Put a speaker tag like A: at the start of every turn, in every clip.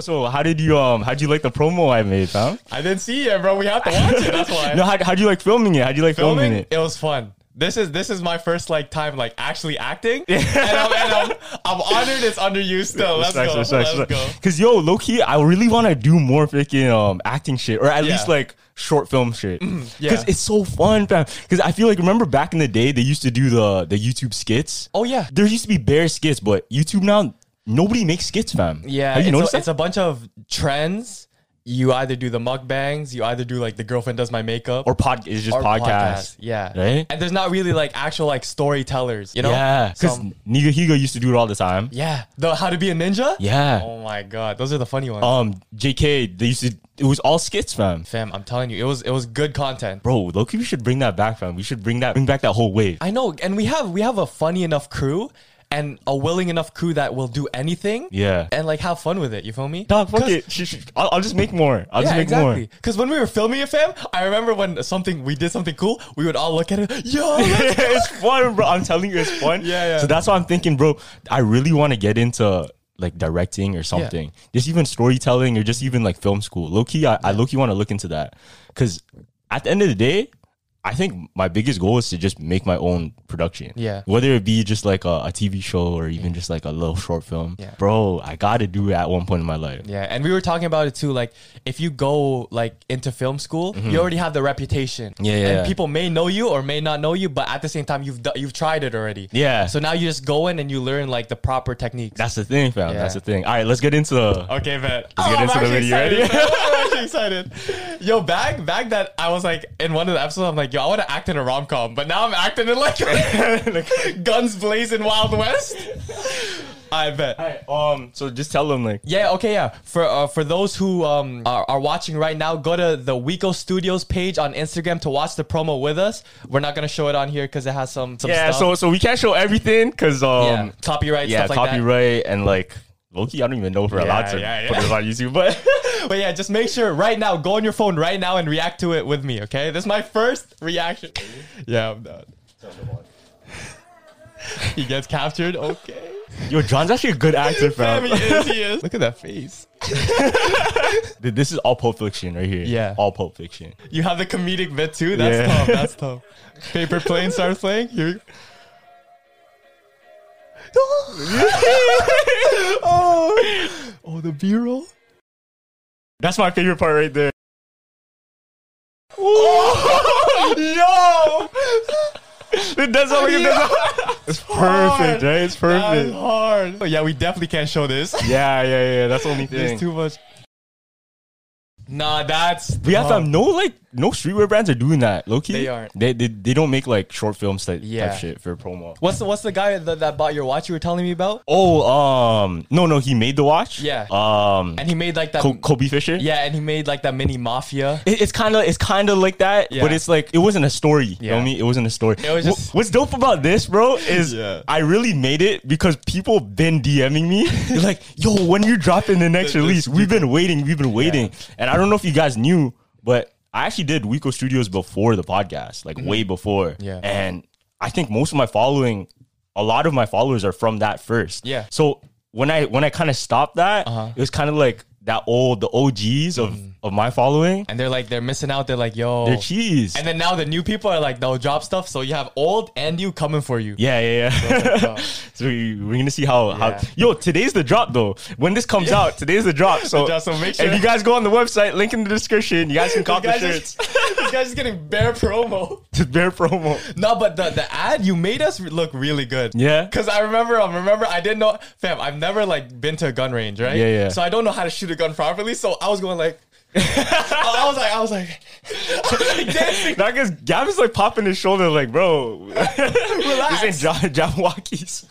A: so how did you um how would you like the promo I made, fam?
B: I didn't see it, bro. We have to watch it. That's why.
A: No, how how do you like filming it? How do you like filming,
B: filming,
A: it?
B: it was fun. This is this is my first like time like actually acting, and, I'm, and I'm, I'm honored it's under you still. Let's go. Let's go.
A: Because yo, low key, I really want to do more freaking um acting shit, or at
B: Yeah. Mm,
A: least like short film shit.
B: yeah.
A: Because it's so fun, fam. Because I feel like remember back in the day they used to do the the YouTube skits.
B: Oh, yeah.
A: there used to be bare skits, but YouTube now nobody makes skits, fam.
B: Yeah,
A: have
B: it's,
A: you noticed
B: a,
A: that?
B: it's a bunch of trends. You either do the mukbangs, you either do like the girlfriend does my makeup,
A: or pod it's just
B: or
A: podcast.
B: Yeah,
A: Right?
B: And there's not really like actual like storytellers, you know?
A: Yeah, because
B: Some-
A: Niga Higa used to do it all the time.
B: yeah, the how to be a ninja.
A: Yeah.
B: Oh my god, those are the funny ones.
A: Um, JK, they used to. It was all skits, fam.
B: Fam, I'm telling you, it was it was good content.
A: Bro, Loki, we should bring that back, fam. We should bring that, bring back that whole wave.
B: I know, and we have we have a funny enough crew and a willing enough crew that will do anything.
A: Yeah.
B: And like have fun with it. You feel me?
A: Dog, fuck
B: 'Cause-
A: it. Sh- sh- I'll, I'll just make more. I'll just
B: Yeah,
A: make
B: exactly. Because when we were filming it, fam, I remember when something we did something cool, we would all look at it, yo,
A: more.
B: let's
A: it's fun, bro. I'm telling you, it's fun.
B: Yeah, yeah.
A: So that's why I'm thinking, bro. I really want to get into like directing or something. Just even storytelling or just even like film school. Low key, I, I low key want to look into that because at the end of the day. I think my biggest goal is to just make my own production.
B: Yeah.
A: Whether it be just like a, a TV show or even just like a little short film.
B: Yeah.
A: Bro, I got to do it at one point in my life.
B: Yeah, and we were talking about it too. Like, if you go like into film school, you already have the reputation.
A: Mm-hmm. Yeah, yeah,
B: and
A: yeah.
B: people may know you or may not know you, but at the same time, you've do- you've tried it already.
A: Yeah.
B: So now you just go in and you learn like the proper techniques.
A: That's the thing, fam.
B: Yeah.
A: That's the thing. All right, let's get into
B: okay, bet.
A: Let's get into the video.
B: Oh, Excited,
A: Ready?
B: fam. I'm actually excited. Yo, back back that I was like in one of the episodes, I'm like, yo, I want to act in a rom com, but now I'm acting in like guns blazing Wild West. I bet.
A: um. So just tell them like
B: Yeah, okay, yeah. For uh, for those who um, are, are watching right now, go to the Wico Studios page on Instagram to watch the promo with us. We're not gonna show it on here because it has some, some
A: yeah.
B: stuff.
A: So so we can't show everything because
B: yeah,
A: um
B: copyright
A: yeah,
B: stuff like that.
A: copyright and like Loki. I don't even know if we're allowed to
B: yeah, yeah.
A: put it on YouTube, but
B: But yeah, just make sure right now, go on your phone right now and react to it with me, okay? This is my first reaction. yeah, I'm done. He gets captured, okay.
A: yo, John's actually a good actor,
B: Damn, he
A: fam.
B: is, he is. Look at that face.
A: Th- this is all Pulp Fiction right here.
B: Yeah.
A: all Pulp Fiction.
B: You have the comedic bit too? That's
A: Yeah.
B: tough, that's tough. Paper plane starts playing. Here. oh, oh, the B roll.
A: That's my favorite part right there.
B: Oh, Yo,
A: It does not look it does not- It's perfect, right? It's
B: that's
A: perfect.
B: hard. Oh, yeah, we definitely can't show this.
A: Yeah, yeah, yeah. That's the only
B: There's
A: thing.
B: too much. Nah, that's
A: We have um, no like no streetwear brands are doing that. Loki,
B: They aren't.
A: They, they they don't make like short films type,
B: Yeah.
A: type shit for promo.
B: What's the what's the guy that, that bought your watch you were telling me about?
A: Oh, um, no, no, he made the watch.
B: Yeah.
A: Um,
B: And he made like that.
A: Co- Kobe Fisher.
B: yeah, and he made like that mini mafia.
A: It- It's kind of it's kind of like that,
B: Yeah.
A: but it's like it wasn't a story. You know
B: Yeah.
A: what I mean? It wasn't a story.
B: It was
A: Wh-
B: just-
A: What's dope about this, bro, is
B: Yeah.
A: I really made it because people been DMing me. They're like, "Yo, when you dropping the next
B: This-
A: release? We've been waiting. We've been waiting." And I don't know if you guys knew, but I actually did Wico Studios before the podcast, like way before.
B: Mm-hmm. Yeah.
A: And I think most of my following, a lot of my followers are from that first.
B: Yeah. Uh-huh.
A: So when I when I kind of stopped that, it was kind of like that old the OGs of
B: Mm.
A: of my following.
B: And they're like they're missing out. They're like, yo,
A: They're cheese.
B: Oh. And then now the new people are like, they'll drop stuff. So you have old and new coming for you.
A: yeah, yeah, yeah. so we, we're gonna see how,
B: Yeah.
A: how. Yo, today's the drop though. When this comes out, today's the drop. So,
B: drop, so make sure-
A: if you guys go on the website, link in the description. You guys can cop the
B: This
A: shirts.
B: guy's just- this guy's just getting bare promo.
A: Just bare promo.
B: No, but the, the ad you made us re- look really good.
A: Yeah.
B: Cause I remember, um, remember I didn't know, fam. I've never like been to a gun range, right?
A: Yeah, yeah.
B: So I don't know how to shoot a gun properly. So I was going like, I was like, I was like, I was like dancing.
A: Now, because Gavin's like popping his shoulder, like, bro, this ain't
B: Relax.
A: John, John Walkies.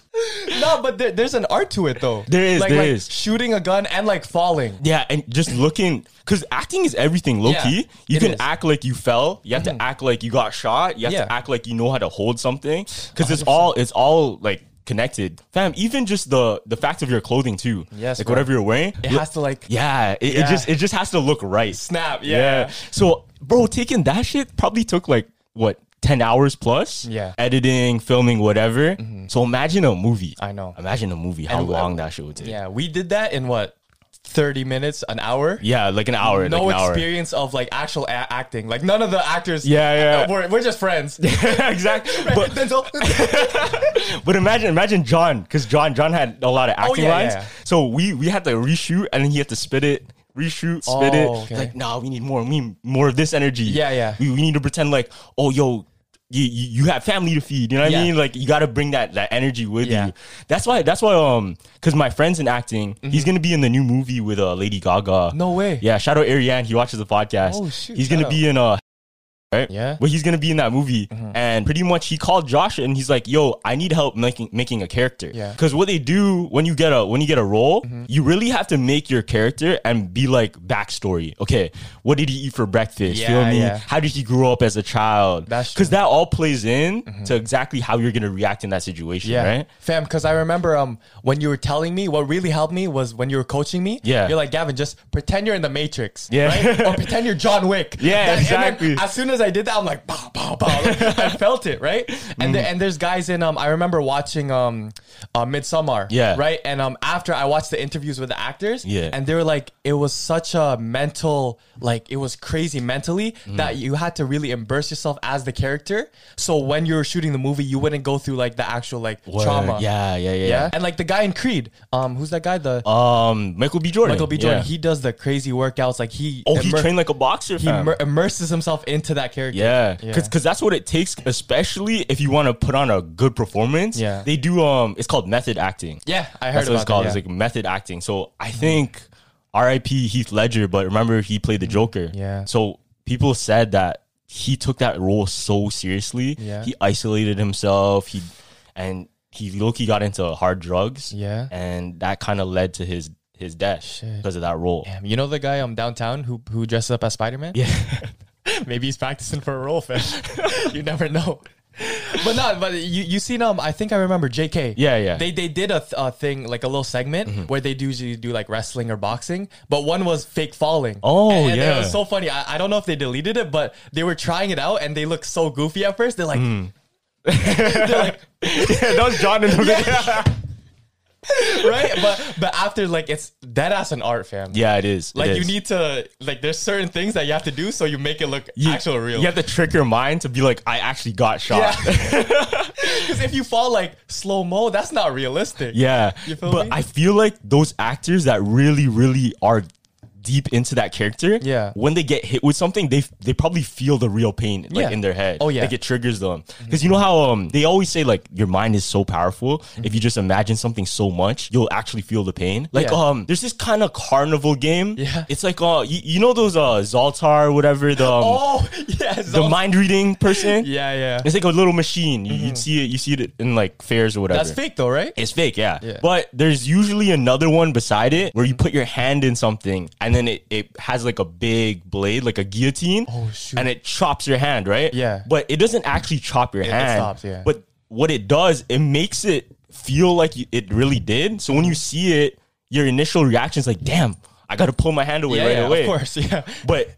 B: No, but there, there's an art to it though.
A: There is,
B: like,
A: there
B: like
A: is.
B: shooting a gun and like falling.
A: Yeah, and just looking because acting is everything, low
B: Yeah,
A: key. You
B: it
A: can
B: is. Mm-hmm.
A: act like you fell. You have to act like you got shot. You have to
B: Yeah.
A: act like you know how to hold something because it's all it's all like connected, fam. Even just the the fact of your clothing too.
B: Yes,
A: like
B: bro.
A: whatever you're wearing.
B: It
A: lo-
B: has to like
A: yeah, it, it
B: Yeah.
A: just it just has to look right.
B: snap.
A: Yeah.
B: yeah.
A: So, bro, taking that shit probably took like what. 10 hours plus
B: Yeah. Mm-hmm.
A: editing filming whatever so imagine a movie
B: I know.
A: imagine a movie how
B: And-
A: long that shit would take
B: Yeah, we did that in what thirty minutes, an hour.
A: Yeah, like an hour.
B: No
A: like an hour.
B: experience of like actual a- acting. Like none of the actors.
A: Yeah, yeah.
B: We're, we're just friends.
A: exactly. But
B: Denzel.
A: but imagine imagine John because John John had a lot of acting
B: Oh, yeah,
A: lines.
B: yeah, yeah.
A: So we we had to reshoot and then he had to spit it, reshoot, spit it.
B: Oh, okay.
A: Like nah, we need more. We need more of this energy.
B: Yeah, yeah.
A: We, we need to pretend like oh yo. You, you, you have family to feed, you know what
B: Yeah.
A: I mean? Like you got to bring that that energy with
B: Yeah.
A: you. That's why that's why um because my friend's in acting, he's gonna be in the new movie with uh Lady Gaga.
B: Mm-hmm. No way.
A: Yeah, shout out Ariane. He watches the podcast.
B: Oh, shoot,
A: He's
B: shout
A: gonna
B: out.
A: be in uh right?
B: Yeah. Mm-hmm.
A: But he's gonna be in that movie, and pretty much he called Josh and he's like, "Yo, I need help making making a character."
B: Yeah. Mm-hmm.
A: Because what they do when you get a when you get a role, you really have to make your character and be like backstory. Okay, what did he eat for breakfast?
B: Yeah,
A: Feel me?
B: yeah.
A: How did he grow up as a child?
B: That's true. Mm-hmm.
A: because that all plays in to exactly how you're gonna react in that situation,
B: Yeah,
A: right?
B: fam. Because I remember um when you were telling me what really helped me was when you were coaching me.
A: Yeah.
B: you're like Gavin, just pretend you're in the Matrix.
A: Yeah.
B: right? or pretend you're John Wick.
A: Yeah,
B: and then
A: exactly.
B: as soon as I did that, I'm like, pow, pow, pow. Like, I felt it, right? And
A: Mm.
B: the, and there's guys in um I remember watching um uh, Midsummer.
A: Yeah.
B: right. And um after I watched the interviews with the actors.
A: Yeah.
B: and they were like, it was such a mental like it was crazy mentally
A: Mm-hmm.
B: that you had to really immerse yourself as the character. So when you were shooting the movie, you wouldn't go through like the actual like trauma.
A: Yeah, yeah, yeah,
B: Yeah.
A: yeah.
B: And like the guy in Creed, um, who's that guy? The
A: Um, Michael B. Jordan.
B: Michael B. Jordan.
A: Yeah.
B: He does the crazy workouts. Like he,
A: oh, he
B: immer-
A: trained like a boxer.
B: he
A: fam.
B: immer- immerses himself into that character.
A: Yeah,
B: Yeah.
A: because that's what it takes, especially if you want to put on a good performance.
B: Yeah.
A: they do. Um, it's called method acting.
B: Yeah, I heard
A: that's what it's
B: about that,
A: called.
B: yeah.
A: It's like method acting. So I think R.I.P. Heath Ledger, but remember he played the Joker.
B: Yeah.
A: So people said that he took that role so seriously.
B: Yeah.
A: He isolated himself. He and he Loki got into hard drugs.
B: Yeah.
A: And that kind of led to his his death because of that role.
B: Damn, you know the guy um downtown who who dresses up as Spider Man?
A: Yeah.
B: Maybe he's practicing for a role, fam. you never know. But not. But you you seen um? I think I remember J.K.
A: Yeah, yeah. Mm-hmm.
B: They they did a, th- a thing like a little segment where they do usually do like wrestling or boxing, but one was fake falling.
A: Oh,
B: and, and it
A: yeah.
B: was so funny. I, I don't know if they deleted it, but they were trying it out and they looked so goofy at first. They're like,
A: Mm.
B: they're like,
A: that was John in the video.
B: right? But but after like it's dead ass an art, fam.
A: Yeah, it is. It
B: Like you
A: is.
B: need to like there's certain things that you have to do so you make it look
A: you,
B: actual real.
A: You have to trick your mind to be like, I actually got shot. Yeah.
B: Because if you fall like slow mo, that's not realistic. You feel
A: but
B: me?
A: I feel like those actors that really, really are deep into that character,
B: Yeah.
A: when they get hit with something, they they probably feel the real pain like
B: Yeah.
A: in their head.
B: Oh, yeah. Mm-hmm.
A: Like it triggers them. Because you know how um they always say like your mind is so powerful.
B: Mm-hmm.
A: If you just imagine something so much, you'll actually feel the pain. Like
B: Yeah.
A: um there's this kind of carnival game.
B: Yeah.
A: It's like uh you, you know those uh Zoltar, whatever, the um,
B: Oh yeah,
A: the
B: Zol-
A: mind reading person.
B: yeah, yeah.
A: It's like a little machine. You, would see it. You see it in like fairs or whatever.
B: Mm-hmm. That's fake though, right?
A: It's fake, yeah.
B: Yeah. Mm.
A: But there's usually another one beside it where you put your hand in something and then it, it has like a big blade, like a guillotine.
B: Oh, shoot.
A: And it chops your hand, right?
B: Yeah.
A: But it doesn't actually chop your
B: it
A: hand.
B: stops, yeah.
A: But what it does, it makes it feel like you, it really did. So when you see it, your initial reaction is like, "Damn, I got to pull my hand away
B: yeah,
A: right
B: yeah,
A: away."
B: of course. Yeah,
A: But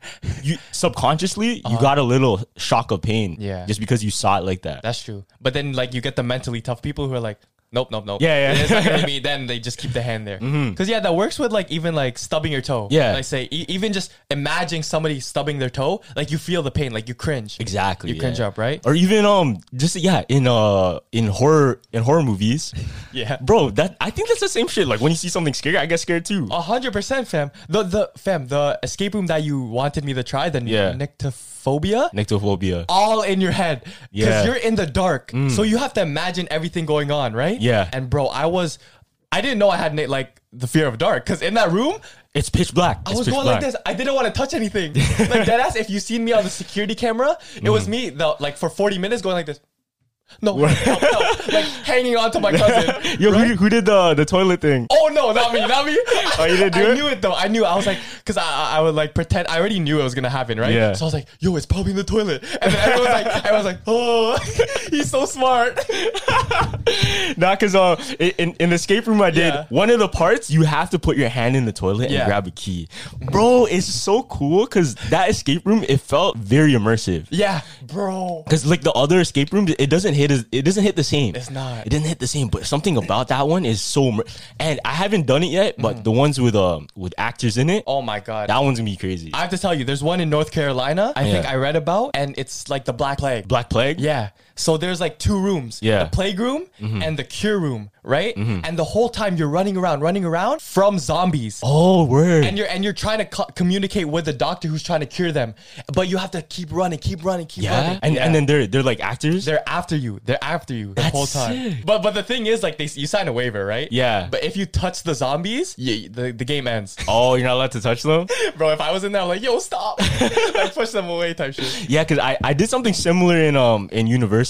A: you subconsciously, you got a little shock of pain,
B: Yeah.
A: just because you saw it like that.
B: that's true. But then like you get the mentally tough people who are like, nope, nope, nope.
A: Yeah, yeah.
B: It's not gonna be. Then they just keep the hand there. Because yeah, that works with like even like stubbing your toe.
A: Yeah.
B: like say e- even just imagining somebody stubbing their toe, like you feel the pain, like you cringe.
A: Exactly.
B: You cringe up, right?
A: Or even um just yeah, in uh in horror in horror movies.
B: Yeah.
A: Bro, that I think that's the same shit. Like when you see something scary, I get scared too.
B: A hundred percent, fam. The the fam the escape room that you wanted me to try the
A: Yeah.
B: nyctophobia.
A: Nectophobia.
B: all in your head because
A: Yeah. Mm.
B: you're in the dark. So you have to imagine everything going on, right?
A: Yeah.
B: And bro, I was, I didn't know I had like the fear of dark because in that room
A: It's pitch black.
B: I was going like this. I didn't want to touch anything. like that ass. If you seen me on the security camera, it
A: Mm.
B: was me. The like for forty minutes going like this. No, no, no, like hanging on to my cousin.
A: Yo, who, who did the the toilet thing?
B: Oh no, not me, not me. Oh,
A: you didn't do
B: I
A: it?
B: knew it though. I knew. I was like, because I, I I would like pretend. I already knew it was gonna happen, right?
A: Yeah.
B: So I was like, yo, it's probably in the toilet. And then everyone's like, everyone's like, oh, he's so smart.
A: Nah, cause uh, in- in in the escape room I did
B: Yeah.
A: one of the parts you have to put your hand in the toilet
B: Yeah.
A: and grab a key, bro. It's so cool cause that escape room it felt very immersive.
B: Yeah, bro.
A: Cause like the other escape rooms, it doesn't hit as it doesn't hit the same.
B: It's not.
A: It didn't hit the same, but something about that one is so. Mer- and I haven't done it yet, but
B: Mm.
A: the ones with um with actors in it,
B: Oh my god.
A: that one's gonna be crazy.
B: I have to tell you, there's one in North Carolina. I think
A: Yeah.
B: I read about, and it's like the Black Plague.
A: Black Plague.
B: Yeah. So there's like two
A: Yeah.
B: rooms.
A: Mm-hmm.
B: The plague room and the cure room, right? And the whole time you're running around, running around from zombies.
A: Oh word.
B: And you're and you're trying to co- communicate with the doctor who's trying to cure them, but you have to keep running, keep running, keep
A: yeah.
B: running.
A: And
B: Yeah.
A: and then they're they're like actors.
B: they're after you. They're after you the whole time.
A: sick.
B: But but the thing is, like they you sign a waiver, right?
A: Yeah.
B: But if you touch the zombies, yeah, the, the game ends.
A: oh, you're not allowed to touch them.
B: Bro, if I was in there, I'm like, yo, stop. like push them away type shit.
A: Yeah, because I, I did something similar in um in Universal,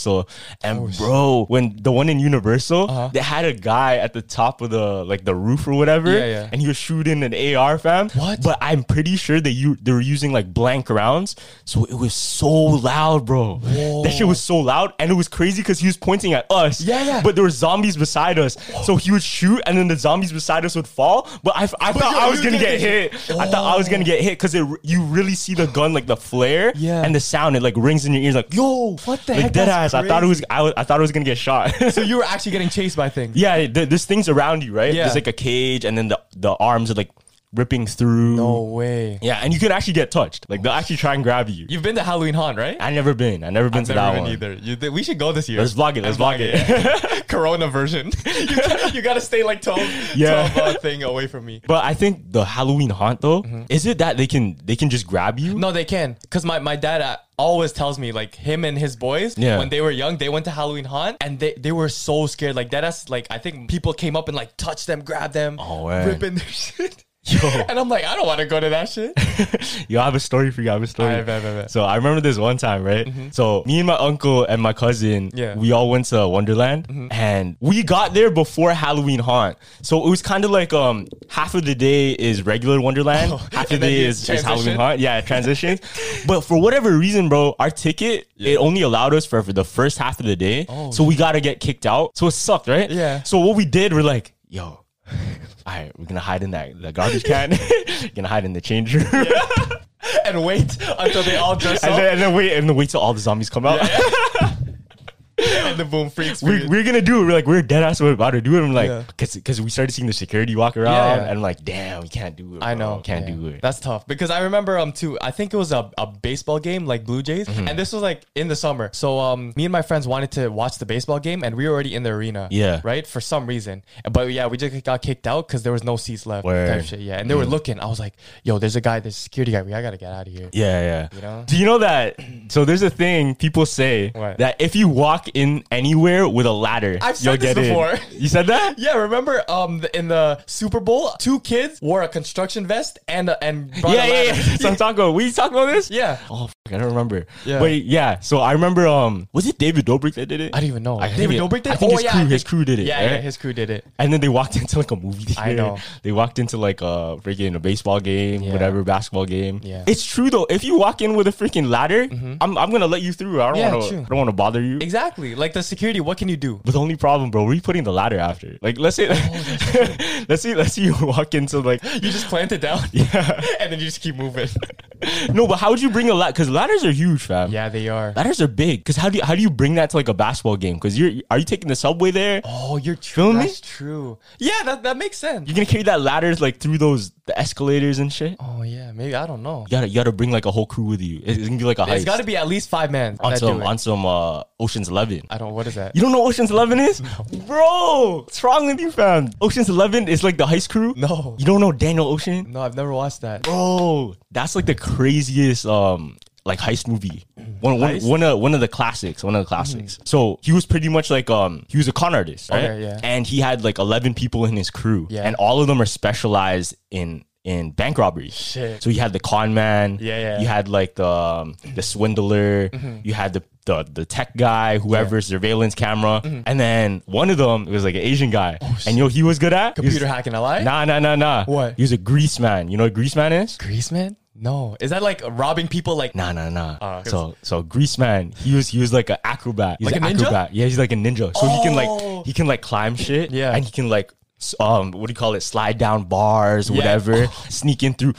A: and
B: Oh,
A: bro, when the one in Universal,
B: Uh-huh.
A: they had a guy at the top of the like the roof or whatever,
B: Yeah, yeah.
A: and he was shooting an AR, fam.
B: What?
A: But I'm pretty sure that you they were using like blank rounds, so it was so loud, bro. That shit was so loud, and it was crazy because he was pointing at us.
B: Yeah, yeah.
A: But there were zombies beside us, so he would shoot, and then the zombies beside us would fall. But I, I thought
B: yo,
A: I was
B: you
A: gonna get
B: did
A: hit. I thought I was gonna get hit because you really see the gun like the flare,
B: Yeah.
A: and the sound it like rings in your ears like yo
B: What the
A: like
B: heck?
A: dead ass
B: That's
A: I thought it was I, was I thought it was gonna get shot
B: So you were actually getting chased by things.
A: yeah th- there's things around you right
B: Yeah.
A: there's like a cage and then the the arms are like ripping through
B: No way.
A: yeah and you can actually get touched like they'll actually try and grab you
B: You've been to Halloween Haunt, right?
A: I never been I never been to that
B: Never
A: one
B: been either. You th- we should go this year.
A: Let's vlog it, let's vlog it.
B: yeah. Corona version. you, you gotta stay like 12,
A: Yeah.
B: 12 uh, thing away from me.
A: but I think the Halloween haunt though
B: Mm-hmm.
A: is it that they can they can just grab you
B: No, they can. Because my, my dad uh, always tells me, like, him and his boys,
A: Yeah.
B: when they were young, they went to Halloween Haunt and they, they were so scared. Like, that ass, like, I think people came up and, like, touched them, grabbed them,
A: Oh, man.
B: ripping their shit.
A: Yo.
B: And I'm like, I don't want to go to that shit.
A: Yo, I have a story for you. I have a story.
B: Alright, bet, bet, bet. Mm-hmm.
A: So I remember this one time, right? So me and my uncle and my cousin,
B: Yeah. Mm-hmm.
A: we all went to Wonderland, and we got there before Halloween Haunt. So it was kind of like um half of the day is regular Wonderland, half of
B: and
A: the
B: then
A: day
B: you
A: is, is
B: transition.
A: Halloween Haunt. Uh, Yeah, transitions. but for whatever reason, bro, our ticket it only allowed us for, for the first half of the day. so we gotta get kicked out. So it sucked, right?
B: Oh, Yeah.
A: So what we did, we're like, yo. All right, we're gonna hide in that the garbage can. we're gonna hide in the change room
B: and wait until they all dress
A: and,
B: up
A: then, and then wait and then wait till all the zombies come out.
B: and the boom freaks.
A: we, we're gonna do it. We're like we're dead ass. We're about to do it. I'm like
B: Yeah.
A: because we started seeing the security walk around
B: yeah.
A: and I'm like damn we can't do it.
B: I
A: bro.
B: know.
A: We Oh, can't
B: Yeah.
A: do it.
B: That's tough because I remember um too. I think it was a, a baseball game like Blue Jays,
A: Mm-hmm.
B: and this was like in the summer. So um me and my friends wanted to watch the baseball game, and we were already in the arena.
A: Yeah.
B: Right for some reason, but yeah, we just got kicked out because there was no seats left.
A: Word. Mm-hmm.
B: Type shit. Yeah, and they were looking. I was like, yo, there's a guy, there's a security guy. We I gotta get out of here.
A: yeah, yeah.
B: know?
A: Do you know that? So there's a thing people say
B: What?
A: that if you walk in anywhere with a ladder,
B: I've said
A: you'll
B: this
A: get in.
B: before.
A: You said that?
B: Yeah, remember um the, in the Super Bowl, two kids wore a construction vest and a, and brought a
A: yeah, yeah, yeah.
B: ladder.
A: Some taco. We talk about this?
B: Yeah.
A: Oh, fuck, I don't remember.
B: Yeah.
A: Yeah. But yeah, so I remember. Um, was it David Dobrik that did it?
B: I don't even know.
A: I think
B: David
A: it-
B: Dobrik did.
A: I think
B: oh
A: his
B: yeah,
A: crew-
B: I
A: his
B: think-
A: crew did it,
B: Yeah, yeah,
A: right?
B: his crew did it.
A: And then they walked into like a movie theater.
B: I know.
A: They walked into like a freaking baseball game,
B: Yeah.
A: whatever basketball game.
B: Yeah. Mm-hmm.
A: It's true though. If you walk in with a freaking ladder, I'm, I'm gonna let you through. I don't
B: Yeah,
A: want to.
B: true.
A: I don't want to bother you.
B: Exactly. Like the security, what can you do?
A: But the only problem, bro, where are you putting the ladder after? Like, let's
B: Oh,
A: say, let's say, let's say you walk into like,
B: You just plant it down
A: yeah,
B: and then you just keep moving.
A: no, but how would you bring a ladder? Because ladders are huge, fam.
B: yeah, they are.
A: Ladders are big. Because how do you, how do you bring that to like a basketball game? Because you're are you taking the subway there?
B: Oh, you're true.
A: Feel me?
B: That's true. Yeah, that, that makes sense.
A: You're gonna carry that ladder like through those the escalators and shit.
B: Oh, yeah, maybe. I don't know.
A: You gotta you gotta bring like a whole crew with you. It's, it's gonna be like a
B: It's
A: heist.
B: got to be at least five men.
A: on
B: that do
A: some
B: it.
A: on some uh, Ocean's Eleven.
B: I don't, what is that?
A: You don't know Ocean's Eleven is, bro? What's wrong with you, fam? Ocean's Eleven is like the heist crew.
B: No.
A: you don't know Daniel Ocean,
B: No, I've never watched that.
A: bro. Oh, That's like the craziest um like heist movie. One one
B: Heist? Mm-hmm.
A: one of one of the classics. One of the classics. So he was pretty much like um he was a con artist, right?
B: Okay, yeah.
A: And he had like eleven people in his crew,
B: Yeah.
A: and all of them are specialized in. In bank robbery,
B: Shit.
A: so you had the con man,
B: Yeah, yeah. Mm-hmm.
A: You had like the um, the swindler, you had the, the the tech guy, whoever's surveillance camera,
B: Mm-hmm.
A: and then one of them was like an Asian guy, and yo, he was good at He was-
B: Oh, Computer hacking a lie?
A: Nah, nah, nah, nah.
B: What?
A: He was a grease man. You know what grease man is?
B: Grease man? No. Is that like robbing people? Like,
A: Nah, nah, nah.
B: Ah, 'cause-
A: so, so grease man. He was, he was like an acrobat. He's
B: Like
A: an
B: a ninja?
A: acrobat. Yeah, he's like a ninja. So he can
B: Oh.
A: like, he can like climb shit.
B: Yeah.
A: and he can like, s- um, what do you call it? Slide down bars, whatever. Sneak in through,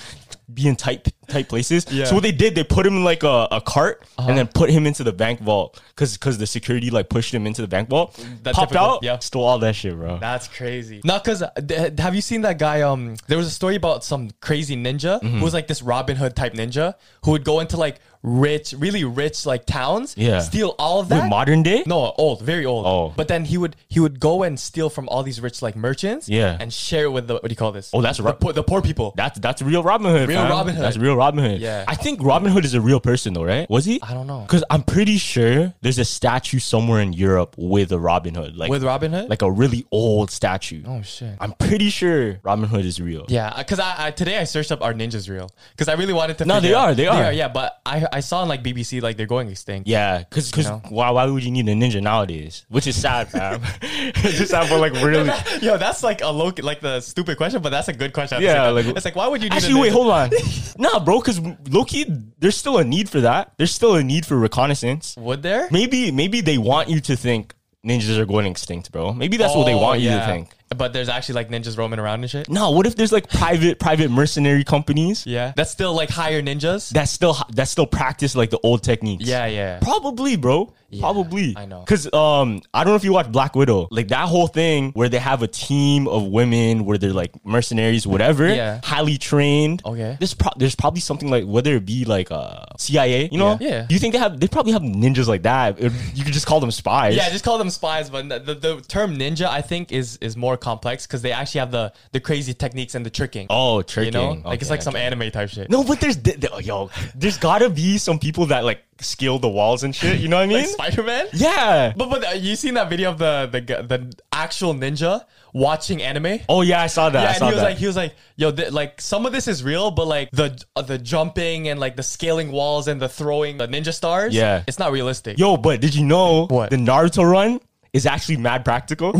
A: be in tight type places.
B: Yeah. Uh-huh.
A: So what they did, they put him in like a, a cart and then put him into the bank vault because because the security like pushed him into the bank vault.
B: That
A: popped
B: typical-
A: out,
B: yeah.
A: stole all that shit, bro.
B: That's crazy. Not because uh, have you seen that guy? Um, there was a story about some crazy ninja
A: Mm-hmm.
B: who was like this Robin Hood type ninja who would go into like rich, really rich like towns,
A: Yeah.
B: steal all of
A: Wait,
B: that.
A: modern day?
B: no, old, very old.
A: Oh.
B: but then he would he would go and steal from all these rich like merchants,
A: Yeah.
B: and share it with the what do you call this?
A: Oh, that's
B: the
A: Rob-
B: poor, the poor people.
A: That's that's real Robin Hood.
B: Real
A: fam.
B: Robin Hood.
A: That's real Robin Hood.
B: Yeah.
A: I think Robin Hood is a real person though, right? Was he?
B: I don't know.
A: Because I'm pretty sure there's a statue somewhere in Europe with a Robin Hood, like
B: With Robin Hood?
A: like a really old statue.
B: oh shit.
A: I'm pretty sure Robin Hood is real.
B: Yeah, because I, I today I searched up our ninjas reel because I really wanted to.
A: No, they
B: figure out-
A: are, they are.
B: yeah, but I I saw on like BBC like they're going extinct.
A: Yeah, because
B: know?
A: why why would you need a ninja nowadays? Which is sad, fam. it's just sad, but like really.
B: Yo, that's like a low, like the stupid question, but that's a good question. at the
A: Yeah,
B: same time.
A: like-
B: it's like why would you need
A: Actually,
B: a
A: wait,
B: ninja?
A: hold on. nah, bro, because Loki, there's still a need for that. There's still a need for reconnaissance.
B: Would there?
A: Maybe maybe they want you to think ninjas are going extinct, bro. Maybe that's what they
B: Oh,
A: want you
B: yeah.
A: to think.
B: But there's actually like ninjas roaming around and shit.
A: No, what if there's like private private mercenary companies
B: Yeah, that's still like higher ninjas.
A: that still that still practice like the old techniques?
B: yeah, yeah.
A: Probably, bro. Probably.
B: I know.
A: Cause um, I don't know if you watch Black Widow. Like that whole thing where they have a team of women where they're like mercenaries, whatever.
B: Yeah.
A: Highly trained.
B: Okay.
A: There's pro- there's probably something like whether it be like uh CIA, you know?
B: Yeah. Yeah.
A: You think they have they probably have ninjas like that. It- you could just call them spies.
B: Yeah, just call them spies. But the, the, the term ninja, I think, is is more complex because they actually have the the crazy techniques and the tricking.
A: oh, tricking.
B: you know, like it's
A: Okay,
B: like some
A: okay.
B: anime type shit.
A: No, but there's th- th- yo, there's gotta be some people that like scale the walls and shit. You know what I mean?
B: like Spider Man.
A: yeah.
B: But but uh, you seen that video of the the gu- the actual ninja watching anime?
A: Oh yeah, I saw that.
B: Yeah,
A: I
B: and
A: saw
B: he was
A: that.
B: like, he was like, yo, th- like some of this is real, but like the uh, the jumping and like the scaling walls and the throwing the ninja stars,
A: Yeah.
B: it's not realistic.
A: Yo, but did you know
B: What?
A: the Naruto run is actually mad practical?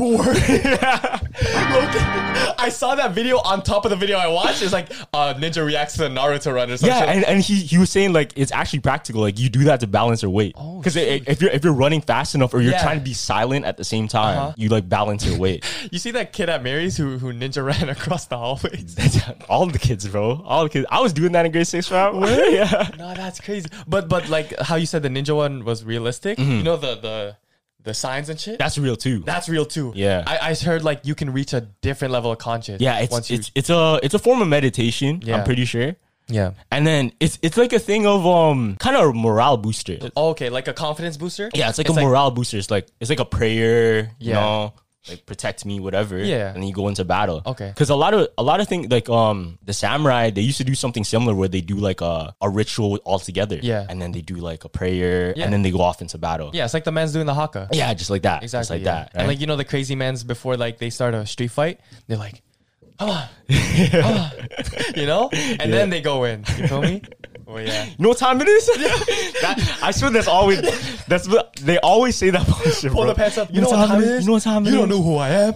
B: Loki- I saw that video on top of the video I watched. It's like uh, ninja reacts to the Naruto run or something.
A: Yeah, and, and he, he was saying like it's actually practical. Like you do that to balance your weight. Because if you're if you're running fast enough or you're
B: Oh, Yeah. Uh-huh.
A: trying to be silent at the same time, you like balance your weight.
B: you see that kid at Mary's who who ninja ran across the hallways.
A: All the kids, bro. All the kids. I was doing that in grade six, bro. yeah.
B: No, that's crazy. But but like how you said the ninja one was realistic. You know the the the signs and shit.
A: That's real too.
B: That's real too.
A: Yeah.
B: I, I heard like you can reach a different level of conscious.
A: yeah, it's
B: once you,
A: it's it's a it's a form of meditation.
B: Yeah.
A: I'm pretty sure.
B: yeah.
A: And then it's it's like a thing of um kind of a morale booster.
B: Oh, okay, like a confidence booster.
A: Yeah, it's like a morale booster. It's like it's like a prayer, you
B: Yeah.
A: know, like protect me, whatever.
B: Yeah.
A: and then you go into battle.
B: Okay.
A: because a lot of a lot of things like um the samurai they used to do something similar where they do like a a ritual altogether.
B: Yeah.
A: and then they do like a prayer,
B: Yeah.
A: and then they go off into battle.
B: Yeah, it's like the man's doing the haka.
A: yeah, just like that.
B: exactly
A: just like
B: yeah.
A: that.
B: And
A: right?
B: like you know, the crazy man's before like they start a street fight, they're like, "Come on, come on," you know, and then they go in. You feel me? Oh yeah.
A: you know what time it is? That- I swear that's always that's what they always say that bullshit.
B: Pull
A: bro.
B: the pants up. You, know
A: what
B: what time it is?
A: You know what time it
B: You don't
A: is?
B: know who I am.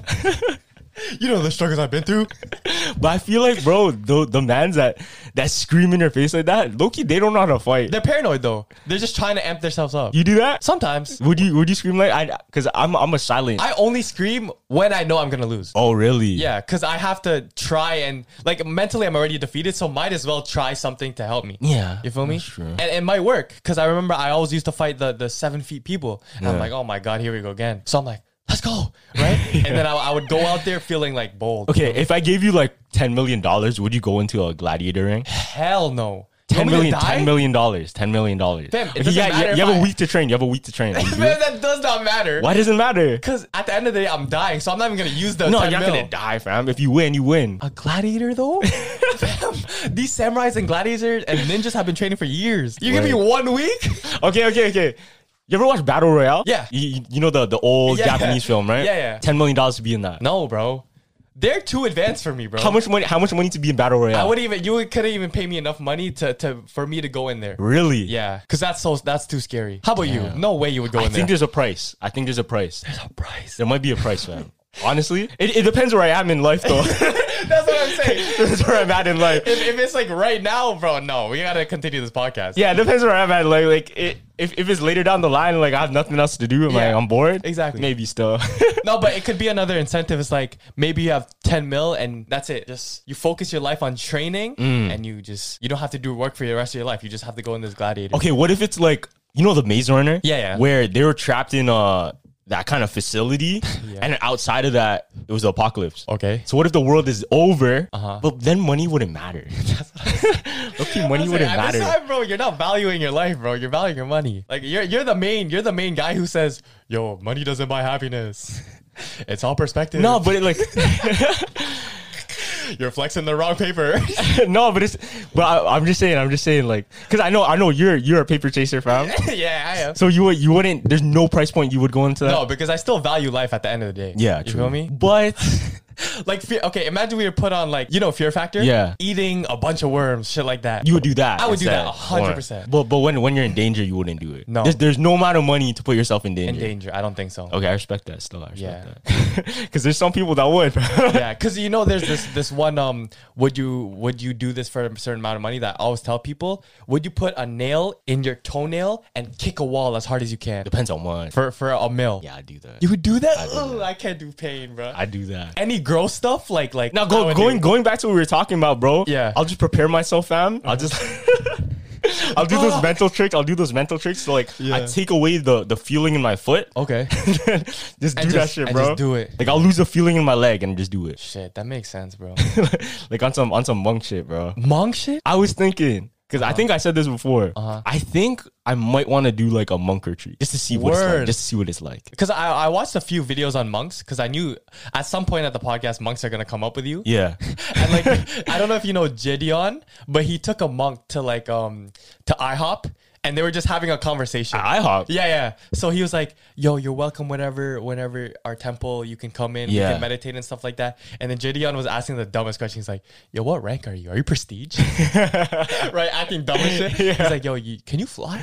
B: you know the struggles I've been through.
A: But I feel like, bro, the the man's that that scream in your face like that, Loki, they don't know how to fight.
B: They're paranoid though. They're just trying to amp themselves up.
A: you do that?
B: Sometimes
A: Would you would you scream like I? Because I'm I'm a silent.
B: I only scream when I know I'm gonna lose.
A: oh really?
B: Yeah, because I have to try and like mentally, I'm already defeated, so might as well try something to help me.
A: Yeah,
B: you feel me?
A: that's true.
B: And it might work because I remember I always used to fight the the seven feet people, and I'm like, oh my god, here we go again. So I'm like, let's go, right? And then I, I would go out there feeling like bold.
A: Okay, if I gave you like ten million dollars, would you go into a gladiator ring?
B: Hell no. You
A: Ten
B: want me
A: million,
B: to die?
A: ten million dollars, ten million dollars.
B: Fam, it
A: Okay,
B: doesn't
A: yeah,
B: matter
A: yeah,
B: if
A: you have
B: I-
A: a week to train. You have a week to train. Would you do
B: Man,
A: it?
B: that does not matter.
A: Why does it matter?
B: Because at the end of the day, I'm dying, so I'm not even gonna use the.
A: No,
B: 10
A: you're not gonna
B: mil.
A: die, fam. If you win, you win.
B: A gladiator though? Fam, These samurais and gladiators and ninjas have been training for years. You give me
A: Wait.
B: one week?
A: Okay, okay, okay. You ever watch Battle Royale?
B: Yeah.
A: You, you- you know the the old
B: Yeah.
A: Japanese film, right?
B: Yeah, yeah.
A: Ten million dollars to be in that.
B: No, bro. They're too advanced for me, bro.
A: How much money? How much money to be in Battle Royale?
B: I wouldn't even. You couldn't even pay me enough money to, to for me to go in there.
A: really?
B: Yeah, because that's so that's too scary. How about you? No way you would go
A: I
B: in
A: think
B: there.
A: there's a price. I think there's a price.
B: There's a price.
A: There might be a price, man. Honestly, it, it depends where I am in life, though.
B: That's what I'm saying.
A: depends where I'm at in life.
B: if, if it's like right now, bro, no, we gotta continue this podcast.
A: Yeah, it depends where I'm at. Like, like it, if, if it's later down the line, like I have nothing else to do, and like
B: Yeah.
A: I'm bored,
B: Exactly.
A: Maybe still.
B: No, but it could be another incentive. It's like maybe you have 10 mil and that's it. Just you focus your life on training
A: Mm.
B: and you just you don't have to do work for the rest of your life. You just have to go in this gladiator.
A: okay, what if it's like you know the Maze Runner?
B: Yeah, yeah.
A: Where they were trapped in uh that kind of facility, and outside of that, it was the apocalypse.
B: Okay. Uh-huh.
A: So what if the world is over, but then money wouldn't matter? okay, money
B: Honestly,
A: wouldn't
B: at
A: matter.
B: this time, bro, you're not valuing your life, bro. You're valuing your money. Like you're you're the main you're the main guy who says, "Yo, money doesn't buy happiness. It's all perspective."
A: No, but it like
B: you're flexing the wrong paper.
A: no, but it's but I, I'm just saying, I'm just saying like because I know I know you're you're a paper chaser, fam.
B: yeah, I am.
A: So you would you wouldn't. There's no price point you would go into that.
B: No, because I still value life at the end of the day.
A: Yeah,
B: you
A: true.
B: feel me?
A: But
B: Like, fear, okay, imagine we were put on like you know Fear Factor.
A: Yeah.
B: eating a bunch of worms, shit like that.
A: you would do that.
B: I would do that
A: instead.
B: 100%.
A: But but when when you're in danger, you wouldn't do it.
B: No.
A: there's, there's no amount of money to put yourself in
B: in
A: danger.
B: danger? I don't think so.
A: Okay, I respect that. Still, I respect
B: Yeah.
A: that. Because there's some people that would.
B: yeah, because you know, there's this this one. Um, would you would you do this for a certain amount of money? That I always tell people: Would you put a nail in your toenail and kick a wall as hard as you can
A: Depends on what.
B: for for a mill?
A: yeah, I do that.
B: you would do that. I,
A: do that.
B: I can't do pain, bro.
A: I do that.
B: Any gross stuff like like
A: Now
B: I
A: go,
B: would
A: going
B: do.
A: going back to what we were talking about, bro.
B: Yeah.
A: I'll just prepare myself, fam. I'll just I'll do those
B: Ah.
A: mental tricks. I'll do those mental tricks. So like I
B: Yeah.
A: take away the the feeling in my foot.
B: Okay,
A: just do that
B: just-
A: shit,
B: and
A: bro.
B: just do it.
A: Like I'll lose a feeling in my leg and just do it.
B: shit, that makes sense, bro.
A: like on some on some monk shit, bro.
B: Monk shit.
A: I was thinking because
B: Uh-huh.
A: I think I said this before. I think I might want to do like a monk retreat just to see what it's like.
B: Word.
A: Just to see what it's like.
B: Because I, I watched a few videos on monks because I knew at some point at the podcast monks are gonna come up with you.
A: Yeah.
B: and like I don't know if you know Gideon, but he took a monk to like um to IHOP and they were just having a conversation.
A: I hop.
B: yeah, yeah. So he was like, "Yo, you're welcome whenever, whenever our temple, you can come in,
A: Yeah.
B: we can meditate and stuff like that." And then Gideon was asking the dumbest question. He's like, "Yo, what rank are you? Are you prestige?" right, acting dumb and shit. He's like, "Yo, you, can you fly?"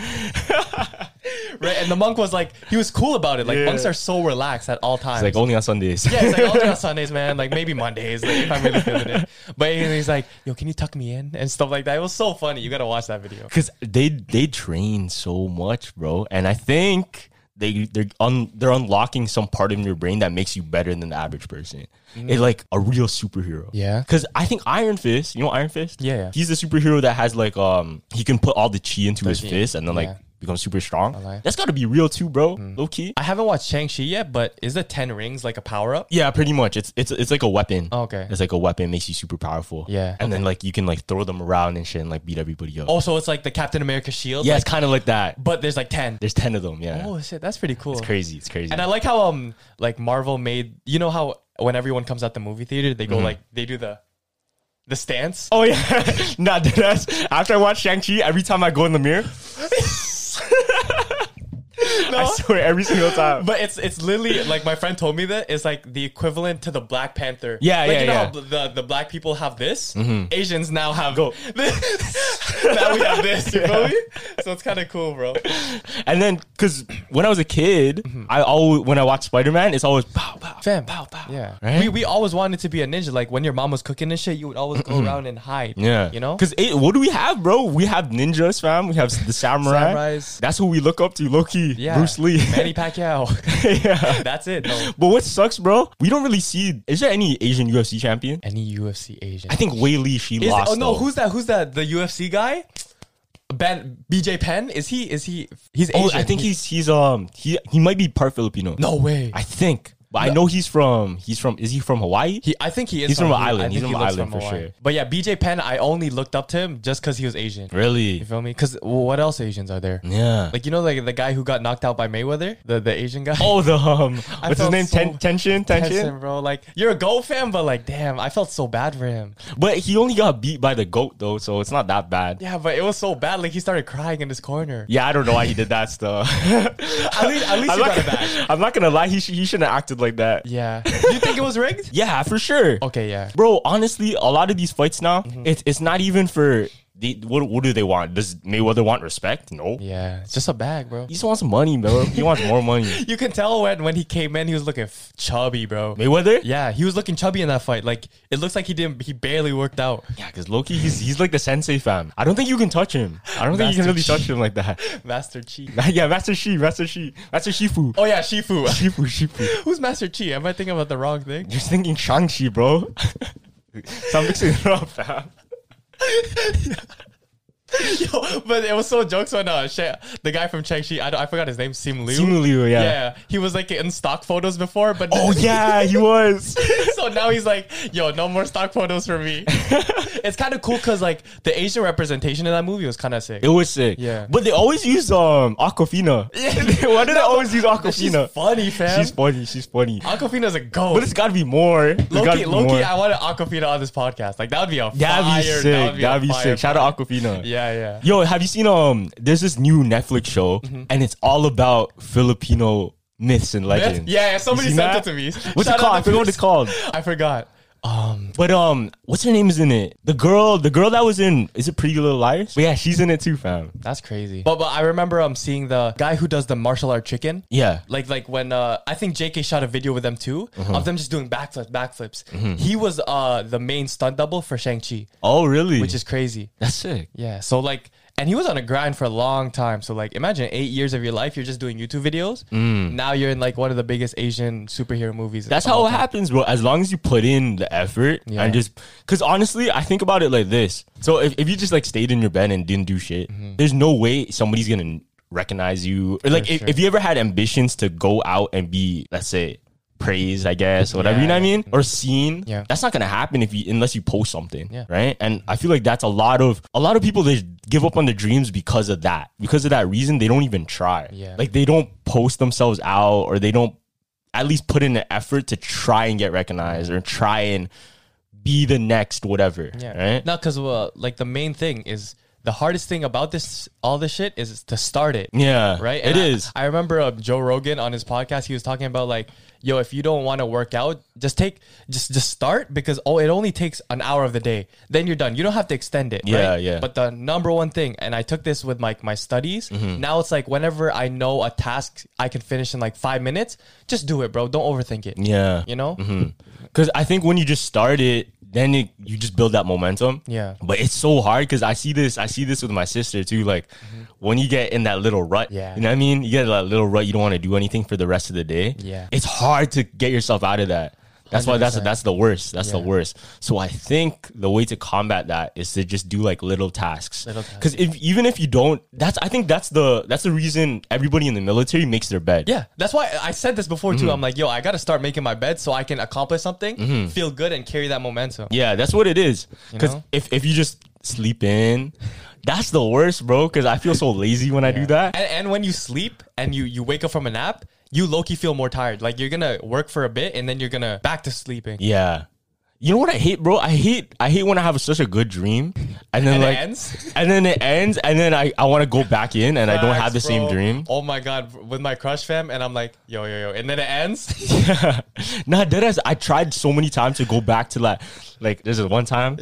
B: right, and the monk was like, he was cool about it. Like
A: Yeah.
B: monks are so relaxed at all times.
A: It's like only on Sundays.
B: Yeah, he's like, I'll do it on Sundays, man. Like maybe Mondays, like, if I'm really feeling it. But he- he's like, yo, can you tuck me in and stuff like that. It was so funny. You gotta watch that video.
A: Cause they they train so much, bro, and I think they they're un, they're unlocking some part of your brain that makes you better than the average person. It like a real superhero.
B: Mm-hmm. Yeah.
A: Cause I think Iron Fist, you know Iron Fist.
B: Yeah, yeah.
A: He's the superhero that has like um he can put all the chi into his
B: chi.
A: fist and then like
B: Yeah.
A: become super strong.
B: like. Mm.
A: That's got to be real too, bro. Low key.
B: I haven't watched Shang Chi yet, but is the Ten Rings like a power up?
A: Yeah, pretty much. It's it's it's like a weapon.
B: Oh, okay.
A: It's like a weapon makes you super powerful.
B: Yeah.
A: And then like you can like throw them around and shit and like beat everybody up.
B: Also, it's like the Captain America shield.
A: yeah,
B: like,
A: it's kind of like that.
B: but there's like ten.
A: There's ten of them. Yeah.
B: Oh shit, that's pretty cool.
A: It's crazy. It's crazy.
B: And I like how um like Marvel made you know how when everyone comes out the movie theater they go
A: Mm-hmm.
B: like they do the the stance.
A: Oh yeah, nah. That's, after I watch Shang Chi, every time I go in the mirror, I swear every single time.
B: But it's it's literally like my friend told me that it's like the equivalent to the Black Panther.
A: Yeah,
B: like,
A: yeah,
B: you know
A: yeah.
B: How bl- the the black people have this. Asians now have this. now we have this. You feel me? So it's kind of cool, bro.
A: and then, cause when I was a kid, I always when I watch Spider Man, it's always pow pow.
B: Mm-hmm. Fam, pow pow. Yeah,
A: Right?
B: we we always wanted to be a ninja. Like when your mom was cooking and shit, you would always go around and hide.
A: Yeah,
B: you know.
A: cause it, what do we have, bro? We have ninjas, fam. We have the samurai.
B: Samurais.
A: That's who we look up to, Loki,
B: yeah,
A: Bruce Lee.
B: Manny Pacquiao.
A: yeah.
B: That's it. though.
A: But what sucks, bro? We don't really see. Is there any Asian UFC champion?
B: Any UFC Asian?
A: I think Wei Li. She
B: Is-
A: lost.
B: oh no,
A: though.
B: who's that? Who's that? The UFC guy, Ben BJ Penn. Is he? Is he? He's Asian.
A: Oh, I think he's he's um he he might be part Filipino.
B: No way.
A: I think. But I know he's from he's from is he from Hawaii?
B: He, I think he is.
A: He's from an
B: Hawaii.
A: island.
B: I
A: He's
B: think
A: from
B: he
A: an
B: looks
A: island for
B: Hawaii.
A: sure.
B: But yeah, BJ Penn, I only looked up to him just because he was Asian.
A: really?
B: You feel me? Because what else Asians are there?
A: Yeah.
B: Like you know, like the guy who got knocked out by Mayweather, the the Asian guy.
A: oh the um
B: I
A: what's his
B: felt
A: name?
B: so
A: Ten- tension, tension.
B: Henson, bro. Like you're a Go fan, but like, damn, I felt so bad for him.
A: But he only got beat by the goat though, so it's not that bad. Yeah,
B: Yeah, but it was so bad. Like he started crying in his corner.
A: I don't know why he did that stuff.
B: At least, at least
A: I'm,
B: he
A: not
B: got it
A: gonna,
B: back.
A: I'm not gonna lie, he, sh- he shouldn't have acted like that.
B: Yeah. Do you think it was rigged?
A: Yeah, for sure.
B: Okay, yeah.
A: Mm-hmm. Bro, honestly, a lot of these fights now, it's it's not even for They, what, what do they want? Does Mayweather want respect? No.
B: Yeah, it's just a bag, bro.
A: He just wants money, bro. He wants more money.
B: You can tell when when he came in, he was looking f- chubby, bro.
A: Mayweather?
B: Yeah, he was looking chubby in that fight. Like it looks like he didn't. He barely worked out.
A: Yeah, because Loki, he's he's like the sensei fam. I don't think you can touch him. I don't think you can
B: Master
A: really touch him like that.
B: Master Chi.
A: yeah, Master Shi, Master Shi, Master Shifu.
B: Oh yeah, Shifu.
A: Shifu, Shifu.
B: Who's Master Chi? Am I thinking about the wrong thing?
A: You're thinking Shang-Chi, bro. Stop mixing it up, fam.
B: Yo, but it was so jokes when uh, Sha- the guy from Chang Chi, I, don't- I forgot his name, Sim Liu.
A: Simu Liu, yeah.
B: Yeah, he was like in stock photos before, but
A: Oh, yeah, he was.
B: so now he's like, yo, no more stock photos for me. it's kind of cool because like the Asian representation in that movie was kind of sick.
A: It was sick.
B: Yeah.
A: But they always use um Aquafina. Why do they always use
B: She's
A: Aquafina?
B: funny, fam.
A: She's funny. She's funny.
B: Aquafina's a goat.
A: But it's gotta be more. There's gotta
B: Loki,
A: be
B: Loki,
A: more.
B: I want an Aquafina on this podcast. Like that would be a fire.
A: That'd be
B: that
A: sick.
B: would be, a
A: That'd be
B: fire
A: sick. Shout out Aquafina.
B: Yeah, yeah.
A: Yo, have you seen um? There's this new Netflix show,
B: Mm-hmm.
A: and it's all about Filipino myths and
B: That's-
A: legends.
B: yeah, yeah, somebody
A: seen
B: sent
A: that?
B: it to me.
A: What's it
B: Shout out
A: called? I
B: to
A: forgot what it's called.
B: I forgot. Um,
A: But um, what's her name is in it? The girl, the girl that was in is it Pretty Little Liars? But yeah, she's in it too, fam.
B: that's crazy. But but I remember um seeing the guy who does the martial art chicken.
A: Yeah.
B: Like like when uh I think JK shot a video with them too
A: Uh-huh.
B: of them just doing backflips, backflips.
A: Mm-hmm.
B: He was uh the main stunt double for Shang Chi,
A: Oh, really?
B: which is crazy.
A: that's sick.
B: Yeah. So like, and he was on a grind for a long time. So like, imagine eight years of your life you're just doing YouTube videos. Now you're in like one of the biggest Asian superhero movies.
A: Mm. That's how it happens, bro. As long as you put in the effort
B: Yeah.
A: and just, because honestly, I think about it like this. So if, if you just like stayed in your bed and didn't do shit,
B: Mm-hmm.
A: there's no way somebody's gonna recognize you. Or like
B: For
A: if,
B: sure.
A: if you ever had ambitions to go out and be, let's say, praised, I guess, or whatever, you know what I mean, or seen.
B: Mm-hmm. Yeah.
A: That's not gonna happen if you unless you post something,
B: Yeah.
A: right? And I feel like that's a lot of a lot of people they give up on their dreams because of that. Because of that reason, they don't even try.
B: Yeah.
A: Like they don't post themselves out or they don't at least put in an effort to try and get recognized or try and be the next whatever.
B: Yeah.
A: Right?
B: No, because uh, like the main thing is the hardest thing about this all this shit is to start it.
A: yeah.
B: Right.
A: It
B: I-
A: is.
B: I, remember uh, Joe Rogan on his podcast. He was talking about like, yo, if you don't want to work out, just take, just just start because oh, it only takes an hour of the day. Then you're done. You don't have to extend it.
A: Yeah,
B: right?
A: yeah.
B: But the number one thing, and I took this with like my studies.
A: Mm-hmm.
B: Now it's like whenever I know a task I can finish in like five minutes, just do it, bro. Don't overthink it.
A: yeah. Mm-hmm.
B: You know.
A: Because I think when you just start it, then it, you just build that momentum.
B: Yeah.
A: But it's so hard because I see this. I see this with my sister too. Like when you get in that little rut.
B: Mm-hmm. Yeah.
A: You know what I mean? You get that little rut. You don't want to do anything for the rest of the day.
B: Yeah.
A: It's hard to get yourself out of that. That's why that's
B: 100%.
A: that's the worst. That's the
B: Yeah.
A: worst. So I think the way to combat that is to just do like little tasks.
B: Little tasks.
A: Because if even if you don't, that's I think that's the that's the reason everybody in the military makes their bed.
B: Yeah, that's why I said this before
A: Mm-hmm.
B: too. I'm like, yo, I gotta start making my bed so I can accomplish something, feel good, and carry that momentum.
A: Yeah, that's what it is. Because
B: know?
A: if, if you just sleep in, that's the worst, bro. Because I feel so lazy when I do that.
B: And, and when you sleep and you you wake up from a nap, you Loki feel more tired. Like you're gonna work for a bit and then you're gonna back to sleeping.
A: yeah. You know what I hate, bro? I hate I hate when I have such a good dream and then
B: And it
A: like
B: ends?
A: and then it ends and then I, I want to go back in and I don't have the
B: Facts,
A: same
B: bro.
A: dream.
B: Oh my god, with my crush fam, and I'm like, yo yo yo, and then it ends.
A: nah, that is I tried so many times to go back to that. Like there's this one time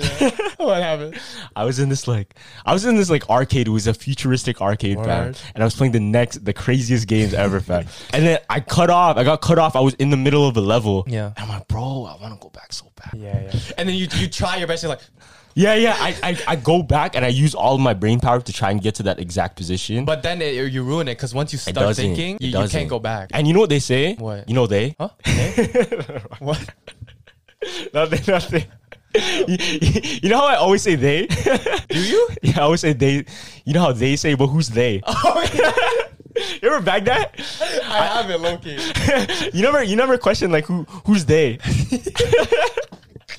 B: what happened?
A: I was in this like I was in this like arcade. It was a futuristic arcade, fam.
B: Word.
A: And I was playing the next the craziest games ever, fam. And then I cut off. I got cut off. I was in the middle of a level.
B: Yeah.
A: And I'm like, bro, I want to go back so bad.
B: Yeah yeah. And then you you try your best. You're like,
A: Yeah, yeah. I, I I go back and I use all of my brain power to try and get to that exact position.
B: but then it, you ruin it because once you
A: it
B: start
A: doesn't.
B: thinking,
A: It
B: you, you
A: doesn't.
B: can't go back.
A: And you know what they say?
B: What?
A: You know they?
B: Huh? Okay. what?
A: Nothing. Nothing. you, you know how I always say they?
B: Do you?
A: yeah, I always say they. You know how they say, but who's they?
B: Oh yeah,
A: you ever back that?
B: I have it, Loki.
A: you never you never question like who who's they.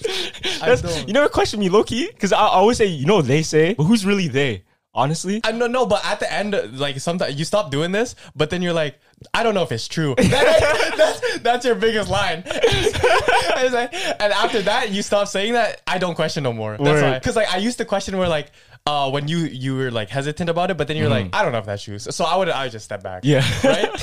B: I
A: That's-
B: don't.
A: you never question me, Loki, because I I always say you know what they say, but who's really they? Honestly,
B: I no no, but at the end, like sometimes you stop doing this, but then you're like, I don't know if it's true. That- that's that's your biggest line. It's like- and after that, you stop saying that. I don't question no more. That's
A: Word.
B: why, because like I used to question where like uh, when you you were like hesitant about it, but then you're like, I don't know if that's shoes. So I would I would just step back.
A: Mm-hmm. Yeah.
B: Right?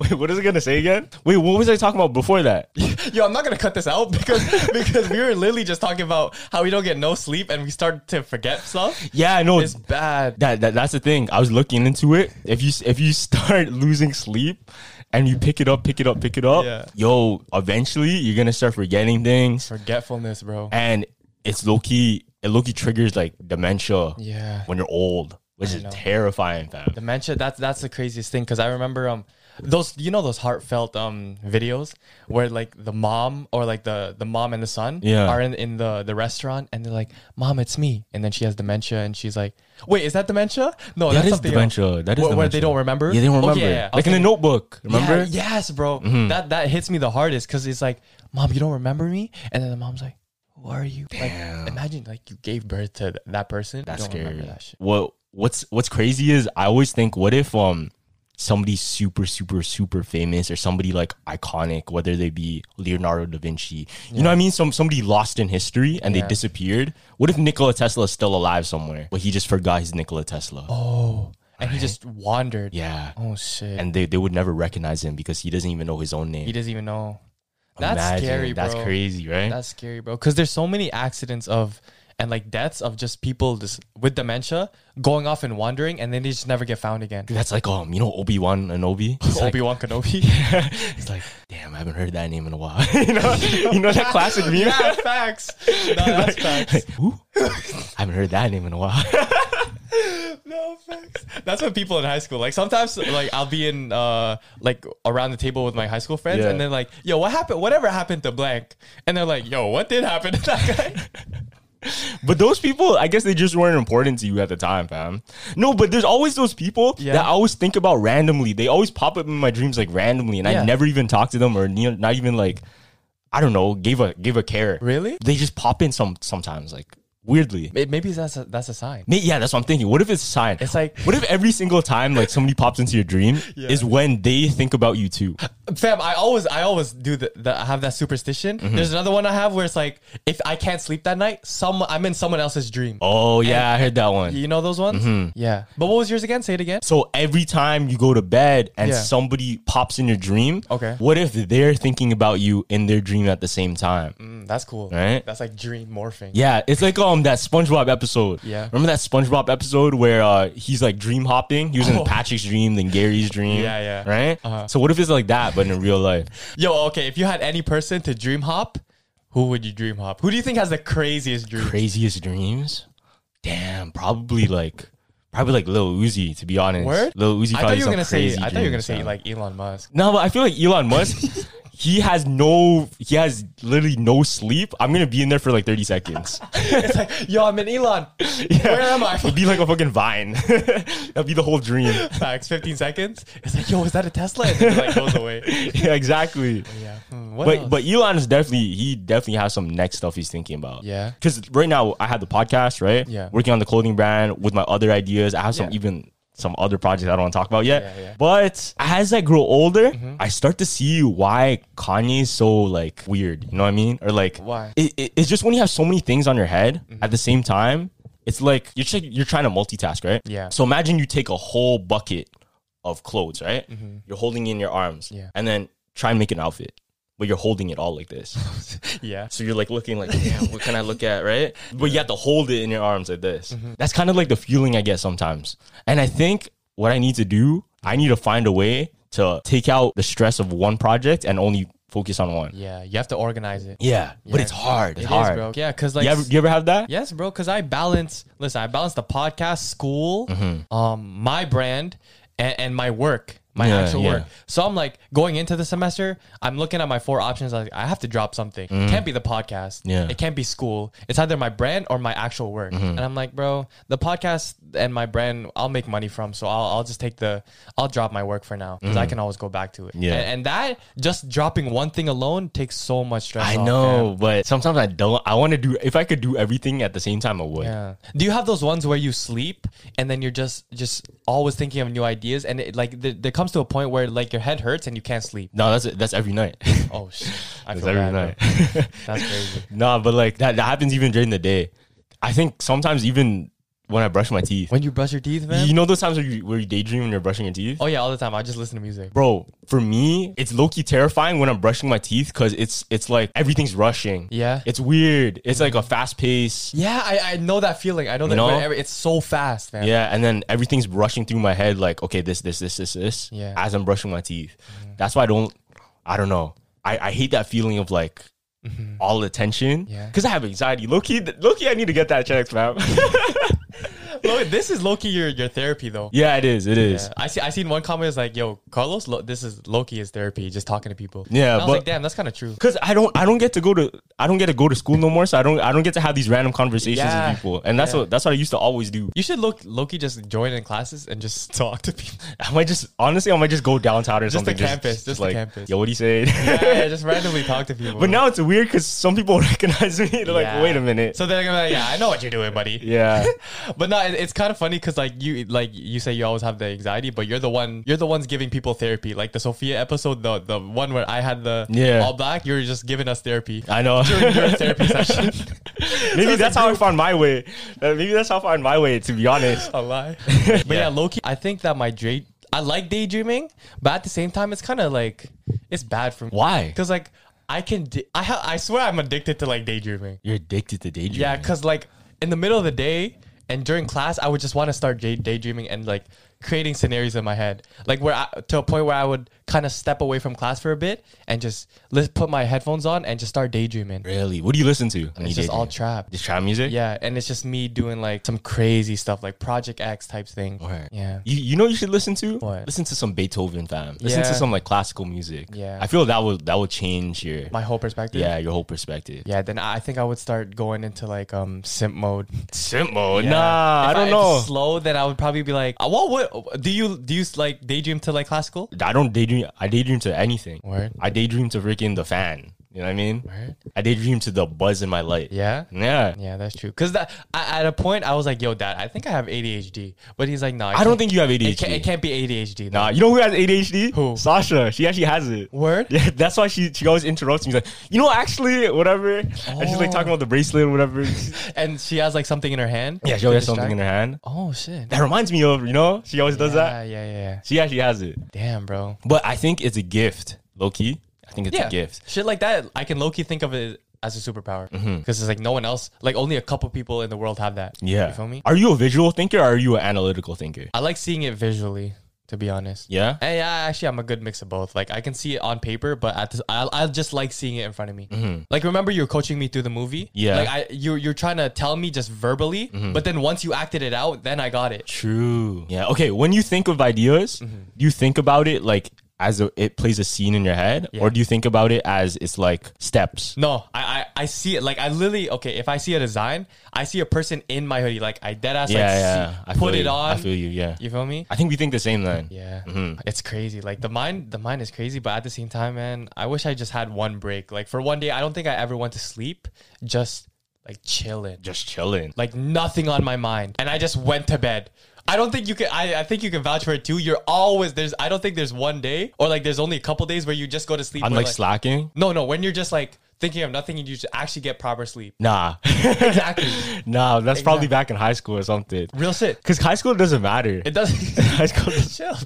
A: Wait, what is it gonna say again? Wait, what was I talking about before that?
B: Yo, I'm not gonna cut this out because because we were literally just talking about how we don't get no sleep and we start to forget stuff.
A: Yeah, I know
B: It's bad.
A: that, that that's the thing. I was looking into it. If you if you start losing sleep and you pick it up, pick it up, pick it up,
B: Yeah.
A: yo, eventually you're gonna start forgetting things,
B: Forgetfulness, bro.
A: and it's low key. It low key triggers like dementia.
B: Yeah.
A: when you're old, which is
B: know.
A: terrifying, fam.
B: Dementia, that's that's the craziest thing because I remember um those you know those heartfelt um videos where like the mom or like the the mom and the son
A: Yeah.
B: are in, in the the restaurant and they're like, Mom, it's me. And then she has dementia and she's like, Wait, is that dementia? No,
A: That
B: that's
A: is
B: something
A: dementia.
B: Else.
A: That is
B: where, where
A: dementia.
B: they don't remember.
A: Yeah, they don't
B: Oh,
A: remember.
B: I was
A: Like in the
B: thinking-
A: notebook, remember? Mm-hmm.
B: Yeah, yes, bro. That that hits me the hardest because it's like, Mom, you don't remember me? And then the mom's like, Who are you? Like imagine like you gave birth to th- that person. You
A: That's
B: don't
A: scary.
B: remember that shit.
A: What what's what's crazy is I always think, what if um somebody super super super famous or somebody like iconic, whether they be Leonardo da Vinci, you know what I mean? Some somebody lost in history and they
B: Yeah.
A: disappeared. What if Nikola Tesla is still alive somewhere, but he just forgot he's Nikola Tesla?
B: Oh. And he just wandered.
A: Yeah,
B: Oh shit.
A: and they they would never recognize him because he doesn't even know his own name.
B: He doesn't even know. That's
A: Imagine,
B: scary, bro.
A: That's crazy, right?
B: That's scary, bro. Because there's so many accidents of and like deaths of just people just with dementia going off and wandering, and then they just never get found again.
A: That's like um, you know Obi Wan and Obi.
B: Obi Wan Kenobi.
A: It's like, damn, I haven't heard that name in a while. you know, you know that classic meme.
B: yeah, facts. No, that's facts.
A: Like, who? I haven't heard that name in a while.
B: No facts. That's what people in high school like. Sometimes like I'll be in uh like around the table with my high school friends,
A: Yeah.
B: and they're like, "Yo, what happened? Whatever happened to blank?" And they're like, "Yo, what did happen to that guy?"
A: but those people, I guess they just weren't important to you at the time, fam. No, but there's always those people
B: Yeah.
A: that I always think about randomly. They always pop up in my dreams like randomly, and
B: Yeah.
A: I never even talked to them or ne- not even like, I don't know, gave a give a care.
B: Really?
A: They just pop in some sometimes, like weirdly.
B: May- Maybe that's a, that's a sign.
A: May- Yeah, that's what I'm thinking. What if it's a sign?
B: It's like-
A: what if every single time like somebody pops into your dream is when they think about you too?
B: Fam, I always, I always do the, the I have that superstition.
A: Mm-hmm.
B: There's another one I have where it's like, if I can't sleep that night, some I'm in someone else's dream.
A: Oh Mm-hmm. yeah, I heard that one.
B: You know those ones? Yeah. But what was yours again? Say it again.
A: So every time you go to bed and
B: Yeah.
A: somebody pops in your dream,
B: Okay.
A: what if they're thinking about you in their dream at the same time?
B: Mm, that's cool.
A: Right?
B: That's like dream morphing.
A: Yeah, it's like um that SpongeBob episode.
B: Yeah.
A: remember that SpongeBob episode where uh he's like dream hopping? He was in
B: Oh.
A: Patrick's dream, then Gary's dream.
B: Yeah, yeah. Uh-huh.
A: Right. So what if it's like that, but in real life?
B: Yo, okay. If you had any person to dream hop, who would you dream hop? Who do you think has the craziest dream?
A: Craziest dreams? Damn, probably like probably like Lil Uzi. To be honest,
B: Word?
A: Lil Uzi.
B: I
A: probably
B: thought you
A: some
B: were gonna say.
A: crazy
B: I thought you were gonna
A: dreams,
B: say
A: man.
B: like Elon Musk.
A: No, but I feel like Elon Musk, he has no, he has literally no sleep. I'm gonna be in there for like 30 seconds.
B: It's like, yo, I'm in Elon. Where am I?
A: It'd be like a fucking vine. That'd be the whole dream.
B: Facts. 15 seconds. It's like, yo, is that a Tesla? And then it like goes away.
A: yeah, exactly.
B: Yeah. Hmm, what
A: But
B: else?
A: but Elon is definitely he definitely has some next stuff he's thinking about.
B: Yeah.
A: Because right now I have the podcast, right?
B: Yeah.
A: Working on the clothing brand with my other ideas. I have some
B: Yeah.
A: even some other projects I don't want to talk about yet.
B: Yeah, Mm-hmm. yeah.
A: But as I grow older, I start to see why Kanye's so like weird. You know what I mean? Or like
B: Why?
A: It, it- it's just when you have so many things on your head
B: Mm-hmm.
A: at the same time. It's like you're tr- you're trying to multitask, right?
B: Yeah.
A: So imagine you take a whole bucket of clothes, right? You're holding it in your arms,
B: Mm-hmm. Yeah.
A: and then try and make an outfit, but you're holding it all like this.
B: yeah.
A: So you're like looking like, damn, what can I look at, right? But you have to hold it in your arms like this.
B: Mm-hmm.
A: That's kind of like the feeling I get sometimes. And I think what I need to do, I need to find a way to take out the stress of one project and only focus on one.
B: Yeah, you have to organize it.
A: Yeah, but it's hard. It's hard.
B: bro. Yeah, because like,
A: You ever, you ever have that?
B: yes, bro. Because I balance. Listen, I balance the podcast, school,
A: Mm-hmm.
B: um, my brand, and, and my work, my
A: Yeah,
B: actual
A: yeah.
B: work. So I'm like going into the semester, I'm looking at my four options. Like, I have to drop something. It can't be the podcast.
A: Mm-hmm. Yeah. Mm-hmm.
B: it can't be school. It's either my brand or my actual work. And I'm like, bro, the podcast and my brand, I'll make money from. So I'll, I'll just take the, I'll drop my work for now because I can always go back to it.
A: Mm-hmm. Yeah.
B: and, and that just dropping one thing alone takes so much stress.
A: I
B: off,
A: know,
B: fam.
A: but sometimes I don't. I want to do, if I could do everything at the same time, I would.
B: Yeah. Do you have those ones where you sleep and then you're just just always thinking of new ideas and it, like there, there comes to a point where like your head hurts and you can't sleep.
A: No, that's that's every night.
B: Oh shit. I
A: that's
B: feel
A: every
B: bad,
A: night.
B: bro. That's crazy.
A: Nah, but like that, that happens even during the day. I think sometimes even when I brush my teeth.
B: When you brush your teeth, man.
A: you know those times where you, where you daydream when you're brushing your teeth?
B: oh yeah, all the time. I just listen to music.
A: Bro, for me, it's low key terrifying when I'm brushing my teeth because it's it's like everything's rushing.
B: Yeah.
A: It's weird. It's like a fast pace.
B: Yeah, I, I know that feeling. I know that
A: know?
B: whenever- it's so fast, man.
A: Yeah, and then everything's rushing through my head like, okay, this, this, this, this, this.
B: Yeah. Mm-hmm.
A: As I'm brushing my teeth. That's why I don't I don't know. I, I hate that feeling of like all the tension.
B: Mm-hmm. Yeah.
A: Cause I have anxiety. Low key, low key I need to get that checked, man.
B: Look, this is Loki your your therapy though.
A: yeah, it is. It is.
B: Yeah. I see. I seen one comment is like, "Yo, Carlos, lo- this is Loki is therapy, just talking to people."
A: Yeah,
B: And I was
A: but-
B: like, "Damn, that's kind of true."
A: Cause I don't, I don't get to go to, I don't get to go to school no more. So I don't, I don't get to have these random conversations
B: Yeah.
A: with people, and that's
B: Yeah.
A: what, that's what I used to always do.
B: You should look Loki just join in classes and just talk to people.
A: I might just, honestly, I might just go downtown or
B: Just the
A: something.
B: campus, just the campus.
A: Yo, what do you say?
B: yeah, yeah, just randomly talk to people.
A: but now it's weird because some people recognize me. They're
B: Yeah.
A: like, wait a minute.
B: so they're gonna be like, "Yeah, I know what you're doing, buddy."
A: yeah,
B: But no, it, it's kind of funny because like you like you say you always have the anxiety, but you're the one you're the ones giving people therapy. Like the Sophia episode, the the one where I had the
A: Yeah.
B: all black, you're just giving us therapy.
A: I know.
B: During your therapy session.
A: maybe that's how I found my way. Uh, Maybe that's how I found my way. To be honest,
B: a lie. But yeah, Loki, I think that my day I like daydreaming, but at the same time, it's kind of like it's bad for me.
A: Why?
B: Because like I can di- I ha- I swear I'm addicted to like daydreaming.
A: you're addicted to daydreaming.
B: Yeah, because like in the middle of the day and during class, I would just want to start day- daydreaming and like creating scenarios in my head, like where I, to a point where I would kind of step away from class for a bit and just let's put my headphones on and just start daydreaming.
A: Really? What do you listen to? when you
B: It's just all
A: daydream?
B: trap.
A: Just trap music.
B: Yeah, and it's just me doing like some crazy stuff, like Project X types thing.
A: Alright.
B: Yeah.
A: You, you know what you should listen to
B: What?
A: listen to some Beethoven fam. Listen
B: Yeah.
A: to some like classical music.
B: Yeah.
A: I feel that would that would change your
B: My whole perspective.
A: yeah your whole perspective.
B: Yeah, then I I think I would start going into like um simp mode.
A: Simple.
B: Yeah.
A: Nah,
B: If
A: I don't
B: if
A: know.
B: it's slow, then I would probably be like, uh, what would do you do you like daydream to like classical?
A: I don't daydream. I daydream to anything.
B: Word.
A: I daydream to freaking the fan. You know what I mean?
B: Word.
A: I daydream to the buzz in my light.
B: Yeah.
A: Yeah.
B: Yeah, that's true. Cause that I, at a point I was like, "Yo, Dad, I think I have ADHD," but he's like, "No,
A: I don't think you have ADHD.
B: it, can't, it can't be ADHD." though."
A: Nah, you know who has ADHD?
B: Who?
A: Sasha. She actually has it.
B: Word?
A: Yeah, that's why she she always interrupts me. She's like, you know, actually, whatever. And she's like talking
B: Oh.
A: about the bracelet or whatever.
B: And she has like something in her hand.
A: yeah, she
B: to
A: always has something in her hand.
B: distract- Oh shit!
A: that reminds me of you know she always does that
B: Yeah, yeah, yeah, yeah.
A: she actually has it
B: Damn, bro.
A: but i think it's a gift low-key i think it's
B: Yeah,
A: a gift
B: Shit like that, I can low key think of it as a superpower because
A: Mm-hmm.
B: it's like no one else, like only a couple people in the world have that.
A: yeah
B: you feel me?
A: are you a visual thinker or are you an analytical thinker
B: I like seeing it visually, to be honest.
A: yeah
B: And Eh, yeah, actually, I'm a good mix of both. Like, I can see it on paper, but at this, I, I just like seeing it in front of me. Like, remember you were coaching me through the movie?
A: Mm-hmm. Yeah. Mm-hmm.
B: Like, I you you're trying to tell me just verbally, but then once you acted it out, then I got it.
A: true yeah okay when you think of ideas
B: Mm-hmm.
A: do you think about it like as a, it plays a scene in your head or do you think about it as it's like steps
B: No, I, I I see it. Like, I literally okay. If I see a design, I see a person in my hoodie. Like, I dead ass
A: yeah
B: like
A: yeah
B: see-
A: I
B: put
A: feel
B: it
A: you.
B: on.
A: i feel you Mm-hmm. yeah
B: you feel me?
A: i think we think the same then
B: Yeah, it's crazy. Like the mind, the mind is crazy. But at the same time, man, I wish I just had one break. Like for one day, I don't think I ever went to sleep, just like chilling,
A: just chilling
B: like nothing on my mind, and I just went to bed. I don't think you can. I, I think you can vouch for it too. You're always there's. I don't think there's one day or like there's only a couple days where you just go to sleep.
A: i'm
B: where,
A: like slacking
B: no, no. When you're just like thinking of nothing and you just actually get proper sleep.
A: nah
B: Exactly.
A: nah that's probably back in high school or something
B: Real shit.
A: because high school doesn't matter
B: It doesn't.
A: high school doesn't
B: Chill.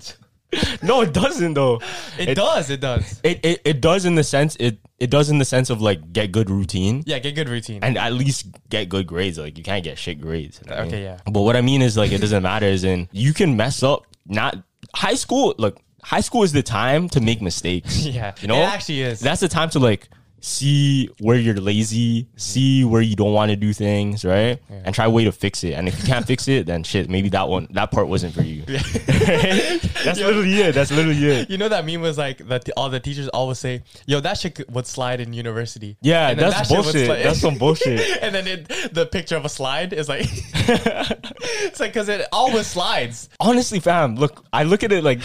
A: no, it doesn't though.
B: It, does. It does.
A: It, it it does in the sense it it does in the sense of like get good routine
B: Yeah. Get good routine.
A: and at least get good grades. Like you can't get shit grades. you know what I
B: Okay,
A: mean?
B: yeah.
A: But what I mean is like it doesn't matter. Is in you can mess up. Not high school. Look, high school is the time to make mistakes.
B: Yeah,
A: you know
B: it actually is.
A: That's the time to like see where you're lazy, see where you don't want to do things, right? And try a way to fix it. And if you can't fix it, then shit, maybe that one that part wasn't for you. That's literally it. That's literally it.
B: You know that meme was like that. All the teachers always say, "Yo, that shit could- would slide in university."
A: Yeah,
B: And then
A: that's
B: that shit would
A: bullshit.
B: slide-
A: That's some bullshit.
B: and then it, the picture of a slide is like, it's like because it always slides.
A: Honestly, fam, look, I look at it like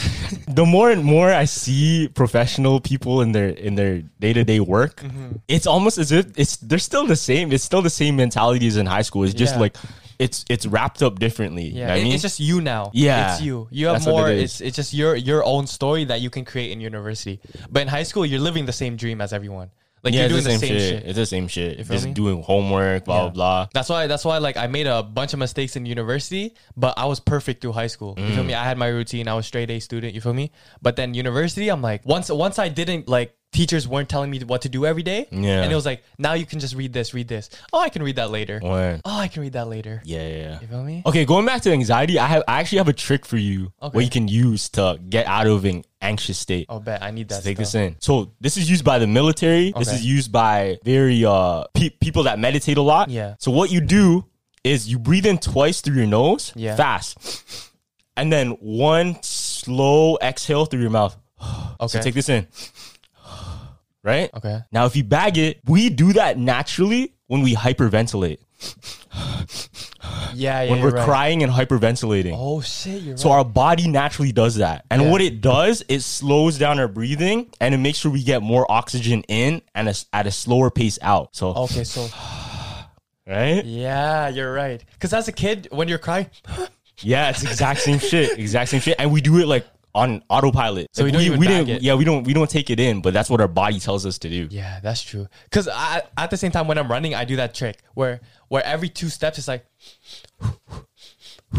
A: the more and more I see professional people in their in their day to day work,
B: Mm-hmm.
A: it's almost as if it's they're still the same. It's still the same mentality as in high school. It's just
B: Yeah.
A: like it's it's wrapped up differently. Yeah, you know
B: Yeah,
A: what I
B: it-
A: mean,
B: it's just you now.
A: Yeah.
B: it's you. You have
A: That's what
B: more.
A: it is.
B: it's it's just your your own story that you can create in university. But in high school, you're living the same dream as everyone. Like
A: yeah,
B: you're
A: it's
B: doing
A: the same, shit.
B: shit.
A: It's the same shit.
B: feel
A: Just
B: me?
A: doing homework, blah
B: Yeah.
A: blah blah.
B: That's why. That's why. Like, I made a bunch of mistakes in university, but I was perfect through high school. You
A: Mm.
B: feel me? I had my routine. I was straight A student. You feel me? But then university, I'm like, once once I didn't like, teachers weren't telling me what to do every day.
A: Yeah.
B: And it was like, now you can just read this, read this. Oh, I can read that later.
A: When? Oh.
B: Oh, I can read that later.
A: Yeah, yeah, yeah.
B: You feel me?
A: Okay, going back to anxiety, I have I actually have a trick for you
B: Okay.
A: what you can use to get out of an anxious state.
B: Oh, bet I need that.
A: Take this
B: stuff.
A: in. So this is used by the military. This
B: Okay.
A: is used by very uh pe- people that meditate a lot.
B: Yeah.
A: So what you do is you breathe in twice through your nose,
B: Yeah.
A: fast, and then one slow exhale through your mouth. So
B: Okay.
A: take this in. Right?
B: okay.
A: Now, if you bag it, we do that naturally when we hyperventilate,
B: Yeah. Yeah.
A: when
B: you're
A: we're
B: right.
A: crying and hyperventilating.
B: Oh shit! You're
A: So
B: right.
A: our body naturally does that. And
B: Yeah.
A: what it does, it slows down our breathing and it makes sure we get more oxygen in and a s at a slower pace out. So,
B: okay. So
A: right?
B: yeah, you're right. Because as a kid, when you're crying,
A: Yeah, it's exact same shit. Exact same shit. And we do it like on autopilot. So
B: we don't even
A: we
B: bag
A: didn't
B: it.
A: yeah, we don't we don't take it in, but that's what our body tells us to do.
B: Yeah, that's true. Cause I at the same time when I'm running, I do that trick where where every two steps it's like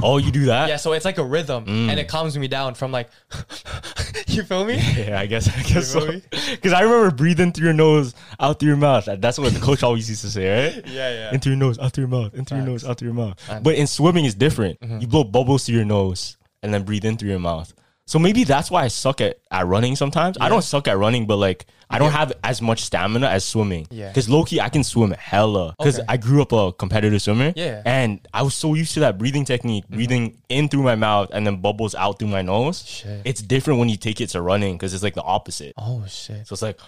A: Oh, you do that?
B: yeah, so it's like a rhythm
A: Mm.
B: and it calms me down from like you feel me?
A: Yeah, I guess I guess so.
B: really?
A: Because I remember breathing through your nose, out through your mouth. That's what the coach always used to say, right?
B: Yeah, yeah.
A: Into your nose, out through your mouth, into your nose, out through your mouth. But in swimming, it's different.
B: Mm-hmm.
A: You blow bubbles through your nose and then breathe in through your mouth. So maybe that's why I suck at, at running sometimes. I don't suck at running, but like I don't have as much stamina as swimming.
B: Yeah.
A: Because low key, I can swim hella. Because
B: Okay.
A: I grew up a competitive swimmer.
B: Yeah. Mm-hmm.
A: And I was so used to that breathing technique, breathing in through my mouth and then bubbles out through my nose.
B: Shit.
A: It's different when you take it to running because it's like the opposite.
B: Oh shit.
A: So it's like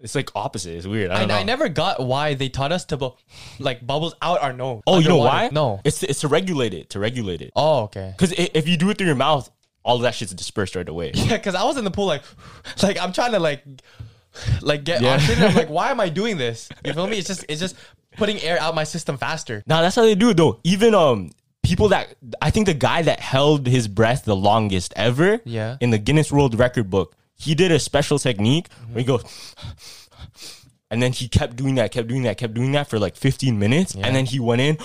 A: it's like opposite. It's weird. I
B: I,
A: don't know.
B: I never got why they taught us to bu- like bubbles out our nose.
A: oh, you know
B: underwater.
A: why?
B: No.
A: it's it's to regulate it. To regulate it.
B: Oh, okay.
A: Because if you do it through your mouth, all of that shit's dispersed right away.
B: Yeah, cause I was in the pool like like I'm trying to like like get
A: Yeah.
B: on shit. and I'm like, why am I doing this? You feel me? It's just it's just putting air out my system faster.
A: Now that's how they do it though. Even um people that I think the guy that held his breath the longest ever
B: Yeah.
A: in the Guinness World Record book, he did a special technique where he goes and then he kept doing that, kept doing that, kept doing that for like 15 minutes. And then he went in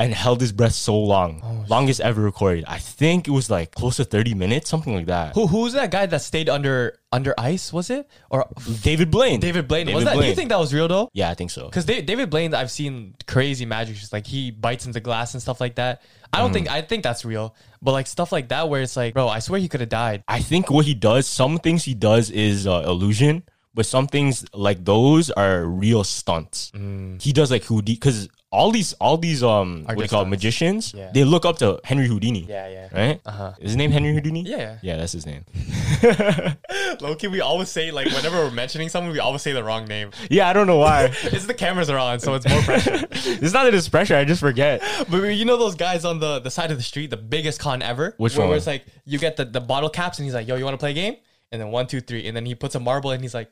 A: and held his breath so long.
B: Oh,
A: longest ever recorded. I think it was like close to 30 minutes, something like that.
B: Who who's that guy that stayed under under ice? Was it or
A: David Blaine.
B: David Blaine? was that? Do you think that was real though?
A: Yeah, I think so.
B: Because David Blaine, I've seen crazy magic just like he bites into glass and stuff like that. I don't think I think that's real, but like stuff like that where it's like, bro, I swear he could have died.
A: I think what he does, some things he does is uh, illusion, but some things like those are real stunts. He does like Houdini because all these all these um what do you
B: Mm. just
A: call it,
B: stunts.
A: magicians?
B: Yeah.
A: They look up to Henry Houdini.
B: Yeah, yeah.
A: Right? Uh-huh. Is his name Henry Houdini?
B: Yeah.
A: Yeah, that's his name.
B: Loki, we always say like whenever we're mentioning someone, we always say the wrong name.
A: Yeah, I don't know why.
B: It's the cameras are on, so it's more pressure.
A: it's not that it's pressure, I just forget.
B: but you know those guys on the the side of the street, the biggest con ever.
A: Which
B: where,
A: one?
B: Where it's like you get the the bottle caps, and he's like, "Yo, you want to play a game?" And then one, two, three, and then he puts a marble, and he's like,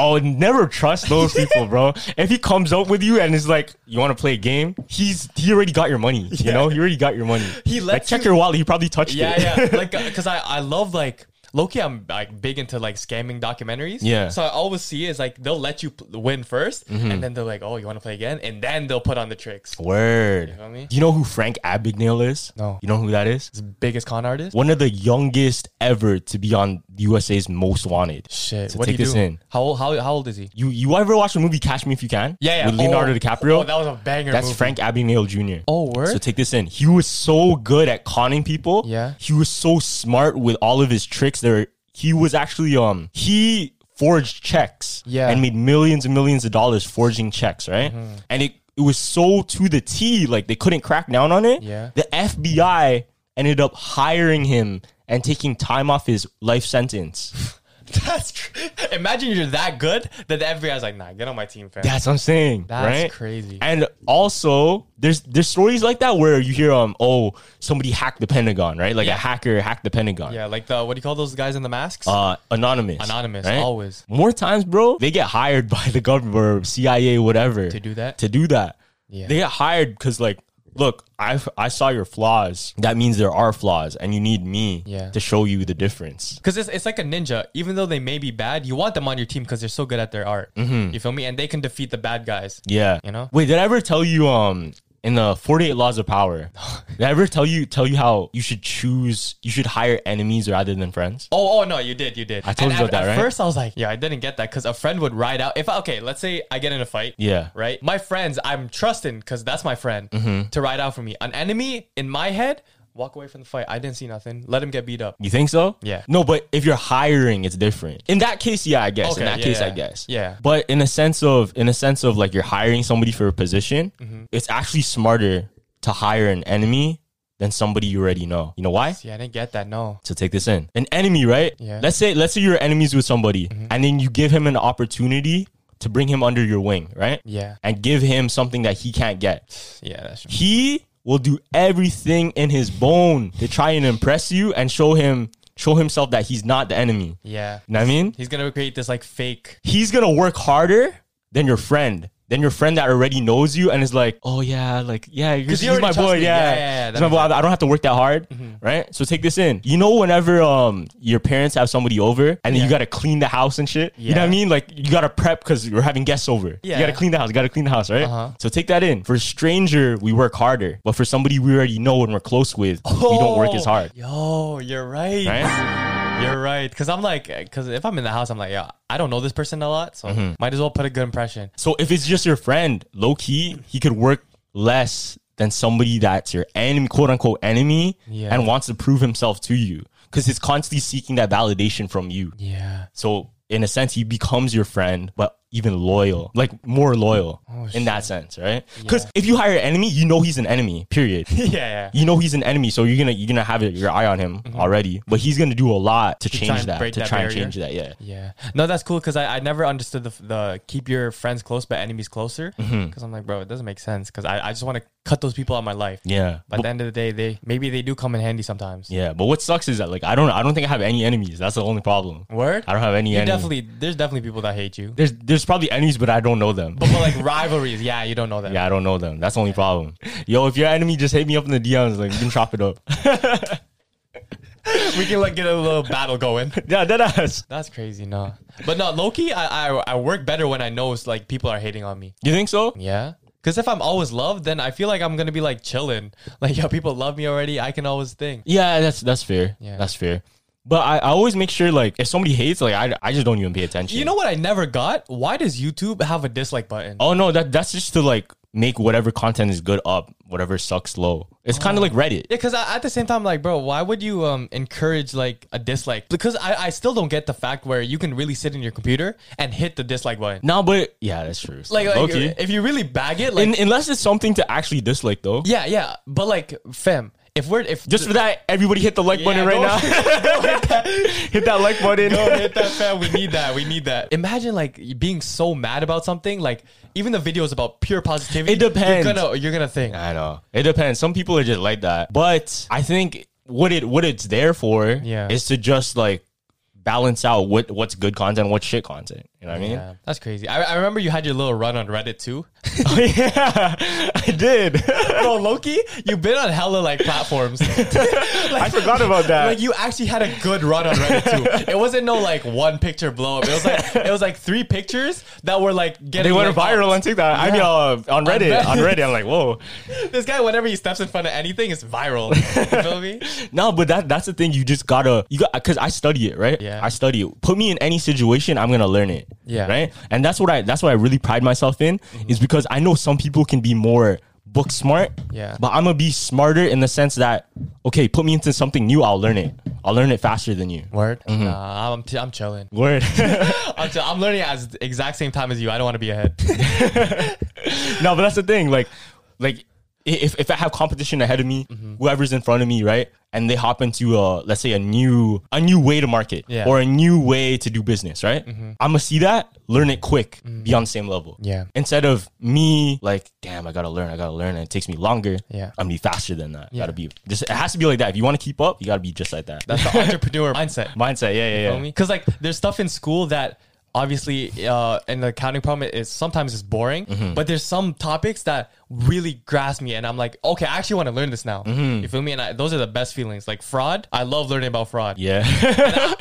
A: Oh, never trust those people, bro. If he comes up with you and is like, "You want to play a game?" He's he already got your money. You know, he already got your money.
B: He
A: like
B: lets
A: check
B: you-
A: your wallet. He probably touched it.
B: yeah, yeah. Like, uh, cause I I love like Loki. I'm like big into like scamming documentaries.
A: Yeah. Mm-hmm.
B: So I always see is like they'll let you p- win 1st and then they're like, oh, you want to play again, and then they'll put on the tricks.
A: Word.
B: feel me?
A: Do you know who Frank Abagnale is?
B: No.
A: You know who that is?
B: Biggest con artist.
A: One of the youngest ever to be on USA's Most Wanted.
B: Shit.
A: So
B: what
A: take
B: do you
A: this
B: do?
A: in.
B: How old? How, how old is he?
A: You you ever watch the movie Catch Me If You Can?
B: Yeah, yeah.
A: With Leonardo
B: Oh,
A: DiCaprio.
B: Oh, that was a banger.
A: That's
B: movie.
A: Frank Abagnale Jr.
B: Oh, word.
A: So take this in. He was so good at conning people.
B: Yeah.
A: He was so smart with all of his tricks. There, he was actually um he forged checks.
B: Yeah. Mm-hmm.
A: And made millions and millions of dollars forging checks, right? And it it was so to the T, like they couldn't crack down on it.
B: Yeah.
A: The FBI ended up hiring him and taking time off his life sentence.
B: That's. Tr- Imagine you're that good that the FBI's like, nah, get on my team, fam.
A: That's what I'm saying.
B: That's
A: right?
B: crazy.
A: And also, there's there's stories like that where you hear um, oh, somebody hacked the Pentagon, right? Like a
B: Yeah.
A: hacker hacked the Pentagon.
B: yeah, like the what do you call those guys in the masks?
A: Uh, anonymous.
B: Anonymous,
A: right?
B: always.
A: More times, bro, they get hired by the government or CIA, whatever,
B: To do that?
A: To do that,
B: Yeah.
A: they get hired because like look, I I saw your flaws. That means there are flaws, and you need me
B: Yeah.
A: to show you the difference.
B: Because it's, it's like a ninja. Even though they may be bad, you want them on your team because they're so good at their art.
A: Mm-hmm.
B: You feel me? And they can defeat the bad guys.
A: Yeah.
B: You know?
A: Wait, did I ever tell you um in the 48 laws of power? did I ever tell you tell you how you should choose you should hire enemies rather than friends?
B: Oh, oh no, you did, you did.
A: I told
B: And
A: you
B: at,
A: about that,
B: at
A: right?
B: first, I was like, yeah, I didn't get that because a friend would ride out. If I, okay, let's say I get in a fight.
A: Yeah.
B: Right. My friends, I'm trusting because that's my friend
A: Mm-hmm.
B: to ride out for me. An enemy in my head, walk away from the fight. I didn't see nothing. Let him get beat up.
A: You think so?
B: Yeah.
A: No, but if you're hiring, it's different. In that case, yeah, I guess.
B: Okay,
A: in that
B: yeah,
A: case, I
B: yeah.
A: guess.
B: Yeah.
A: But in a sense of in a sense of like you're hiring somebody for a position,
B: Mm-hmm.
A: it's actually smarter to hire an enemy than somebody you already know. You know why?
B: Yeah, I didn't get that. No.
A: So take this in. An enemy, right?
B: Yeah. Mm-hmm.
A: Let's say let's say you're enemies with somebody, and then you give him an opportunity to bring him under your wing, right?
B: Yeah.
A: And give him something that he can't get.
B: Yeah, that's true.
A: He will do everything in his bone to try and impress you and show him show himself that he's not the enemy.
B: Yeah.
A: You know what I mean?
B: He's gonna create this like fake.
A: He's gonna work harder than your friend. Than your friend that already knows you and is like, oh yeah, like yeah, you're,
B: you
A: he's my
B: already trust
A: boy,
B: me.
A: yeah,
B: Yeah, yeah, yeah, that
A: He's my
B: makes Mm-hmm.
A: boy. I don't have to work that hard, right? So take this in. You know, whenever um your parents have somebody over and then you
B: Yeah.
A: gotta clean the house and shit, you know what I
B: Yeah.
A: mean? Like you gotta prep because you're having guests over.
B: Yeah.
A: You gotta clean the house. You gotta clean the house, right?
B: Uh-huh.
A: So take that in. For a stranger, we work harder, but for somebody we already know and we're close with, we don't work as
B: Oh,
A: hard,
B: Yo, you're right.
A: right?
B: You're right. Cause I'm like, cause if I'm in the house, I'm like, yeah, I don't know this person a lot, so
A: Mm-hmm.
B: might as well put a good impression.
A: So if it's just your friend, low key, he could work less than somebody that's your enemy, quote unquote enemy,
B: Yeah.
A: and wants to prove himself to you because he's constantly seeking that validation from you.
B: Yeah.
A: So in a sense, he becomes your friend, but even loyal, like more loyal
B: Oh,
A: in that sense, right? Because if you hire an enemy, you know he's an enemy. Period.
B: yeah. Yeah.
A: You know he's an enemy, so you're gonna you're gonna have your eye on him already. But he's gonna do a lot to, change
B: Mm-hmm. and
A: that,
B: break
A: to
B: that
A: try and
B: barrier.
A: change that. Yeah.
B: Yeah. No, that's cool because I, I never understood the, the keep your friends close but enemies closer. Because
A: Mm-hmm.
B: I'm like, bro, it doesn't make sense because I, I just want to cut those people out of my life.
A: Yeah.
B: But at the end of the day, they maybe they do come in handy sometimes.
A: Yeah, but what sucks is that like I don't I don't think I have any enemies. That's the only problem.
B: Word?
A: I don't have any
B: You
A: enemies.
B: definitely, there's definitely people that hate you.
A: there's there's probably enemies, but I don't know them.
B: But, but, like rivalries, yeah, you don't know that.
A: yeah, I don't know them. That's the only problem. Yo, if your enemy just hit me up in the DMs, like you can chop it up.
B: We can like get a little battle going.
A: yeah, that ass.
B: That's crazy, no. But no, Loki, I, I I work better when I know it's like people are hating on me.
A: You think so?
B: Yeah. Cause if I'm always loved, then I feel like I'm gonna be like chilling. Like, yeah, people love me already. I can always think.
A: Yeah, that's that's fair.
B: Yeah.
A: That's fair. But I, I always make sure like if somebody hates, like I, I just don't even pay attention.
B: You know what I never got? Why does YouTube have a dislike button?
A: Oh no, that that's just to like make whatever content is good up, whatever sucks low. It's kind of like Reddit.
B: Oh. Yeah, because at the same time, like, bro, why would you um encourage like a dislike? Because I, I still don't get the fact where you can really sit in your computer and hit the dislike button.
A: No, but yeah, that's true.
B: Like, like uh,
A: Low-key.
B: if you really bag it, like,
A: Un- unless it's something to actually dislike though.
B: yeah, yeah. But like, fam, if we're if
A: Just for that, everybody hit the like button right
B: go-
A: now. hit that like button.
B: Yo, hit that fan. We need that. We need that. Imagine like being so mad about something. Like even the videos about pure positivity.
A: It depends.
B: You're gonna you're gonna think. "Ah,
A: I know. It depends. Some people are just like that. But I think what it what it's there for
B: Yeah.
A: is to just like balance out what what's good content, what's shit content. You know what I mean?
B: Yeah, that's crazy. I, I remember you had your little run on Reddit too.
A: Oh, yeah. I did.
B: Bro, Loki, you've been on hella like platforms.
A: I forgot about that.
B: like you actually had a good run on Reddit too. It wasn't no like one picture blow up. It was like it was like three pictures that were like getting
A: they went
B: like,
A: viral on
B: up.
A: TikTok. I mean, uh, on Reddit.
B: Reddit.
A: on Reddit, I'm like, whoa.
B: This guy, whenever he steps in front of anything, it's viral. You feel me?
A: No, but that that's the thing. You just gotta you got because I study it, right?
B: Yeah.
A: I study it. Put me in any situation, I'm gonna learn it.
B: Yeah. Mm-hmm.
A: Right. And that's what I that's what I really pride myself in is because I know some people can be more book smart.
B: Yeah.
A: But I'm gonna be smarter in the sense that okay, put me into something new, I'll learn it. I'll learn it faster than you.
B: Word. Nah,
A: Mm-hmm.
B: I'm t- I'm chilling.
A: Word.
B: I'm, t- I'm learning at the exact same time as you. I don't want to be ahead.
A: no, but that's the thing. Like, like i- if, if I have competition ahead of me,
B: Mm-hmm.
A: whoever's in front of me, right, and they hop into a let's say a new a new way to market
B: Yeah. Mm-hmm.
A: or a new way to do business, right? I'm gonna see that, learn it quick, be on the same level.
B: Yeah.
A: Instead of me like, damn, I gotta learn, I gotta learn, and it takes me longer.
B: Yeah.
A: I'm gonna be faster than that. Gotta be just it has to be like that. If you want to keep up, you gotta be just like that.
B: That's the entrepreneur mindset.
A: mindset. Yeah, yeah, yeah.
B: Because like there's stuff in school that Mm-hmm. obviously uh in the accounting problem is sometimes it's boring, but there's some topics that really grasped me, and I'm like, okay, I actually want to learn this now. You feel me? And I, those are the best feelings. Like fraud, I love learning about fraud.
A: Yeah.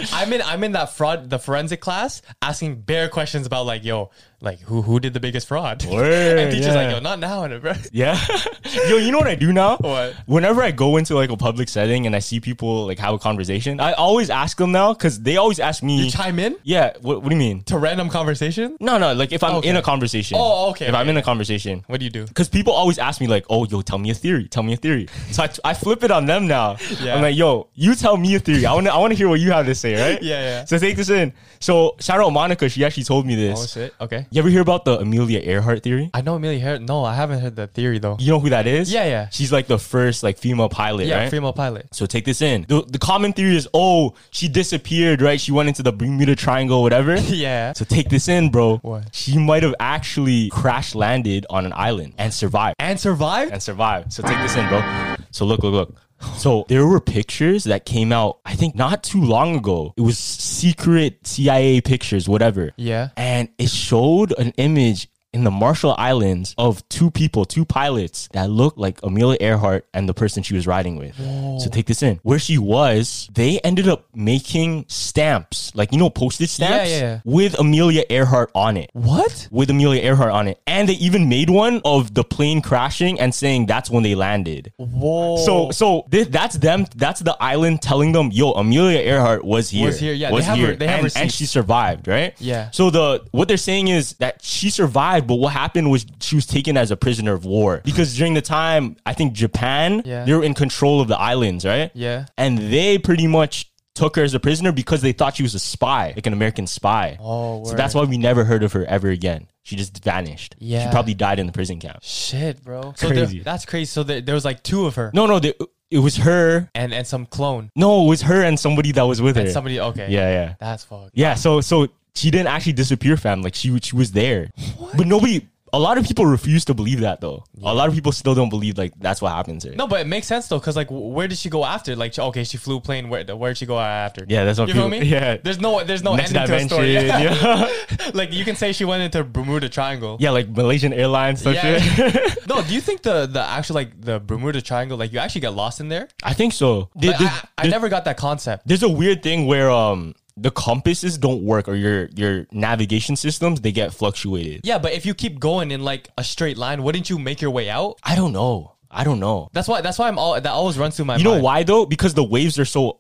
B: I'm in I'm in that fraud the forensic class asking bare questions about like yo like who who did the biggest fraud
A: Word,
B: and teachers like
A: yeah.
B: yo not now and bro
A: Yeah. Yo, you know what I do now?
B: What?
A: Whenever I go into like a public setting and I see people like have a conversation, I always ask them now because they always ask me.
B: you chime in
A: yeah. What, what do you mean?
B: to random conversations
A: No, no. Like if I'm
B: Okay.
A: in a conversation.
B: Oh, okay,
A: If I'm
B: okay,
A: in a conversation.
B: what do you do
A: Because people always ask me like, "Oh, yo, tell me a theory. Tell me a theory." So I, I flip it on them now.
B: Yeah.
A: I'm like, "Yo, you tell me a theory. I want to I want to hear what you have to say, right?"
B: Yeah, yeah.
A: So take this in. So shout out Monica. She actually told me
B: oh
A: this.
B: shit okay
A: you ever hear about the Amelia Earhart theory?
B: I know Amelia Earhart no I haven't heard that theory though
A: You know who that is?
B: Yeah, yeah.
A: She's like the first like female pilot,
B: yeah
A: right?
B: female pilot
A: So take this in. The, the common theory is, oh, she disappeared, right? She went into the Bermuda Triangle, whatever.
B: yeah
A: So take this in, bro.
B: What?
A: She might have actually crash landed on an island and survived.
B: and survived
A: And survived. So take this in, bro. So look, look, look. So there were pictures that came out, I think not too long ago. It was secret CIA pictures, whatever.
B: Yeah.
A: And it showed an image in the Marshall Islands of two people, two pilots that looked like Amelia Earhart and the person she was riding with. So take this in. Where she was, they ended up making stamps, like you know, postage stamps
B: yeah, yeah.
A: with Amelia Earhart on it
B: what
A: with Amelia Earhart on it. And they even made one of the plane crashing and saying that's when they landed.
B: whoa
A: So, so th- Oh, that's them. That's the island telling them, "Yo, Amelia Earhart was here.
B: Was here, yeah, they have her- they have
A: and, and
B: receipts.
A: she survived, right?
B: Yeah.
A: So the what they're saying is that she survived, but what happened was she was taken as a prisoner of war because during the time I think Japan,
B: Yeah.
A: they were in control of the islands, right?
B: Yeah.
A: And they pretty much took her as a prisoner because they thought she was a spy, like an American spy.
B: Oh,
A: so that's why we never heard of her ever again. She just vanished. She
B: Yeah.
A: probably died in the prison camp.
B: shit bro so there-
A: Crazy.
B: that's crazy so there, there was like two of her
A: No, no, they, it was her.
B: and and some clone
A: No, it was her and somebody that was with her.
B: and somebody okay
A: Yeah, yeah,
B: that's fucked
A: yeah. So, so she didn't actually disappear, fam. Like she, she was there, but nobody. A lot of people refuse to believe that, though. A lot of people still don't believe like that's what happens here.
B: No, but it makes sense though, because like, wh- where did she go after? Like, she- okay, she flew plane. Where where did she go after?
A: Yeah, that's what
B: you feel
A: people-
B: me.
A: yeah.
B: there's no there's no
A: Next
B: ending
A: dimension.
B: to the story.
A: Yeah.
B: like you can say she went into Bermuda Triangle.
A: yeah, like Malaysian Airlines stuff. shit.
B: no, do you think the the actual like the Bermuda Triangle, like you actually get lost in there?
A: I think so. There-
B: Like,
A: there's,
B: I, I never got that concept.
A: there's a weird thing where um the compasses don't work or your your navigation systems they get fluctuated.
B: Yeah, but if you keep going in like a straight line, wouldn't you make your way out?
A: I don't know. I don't know.
B: That's why that's why I'm all that always runs through my
A: You
B: mind.
A: know why though? Because the waves are so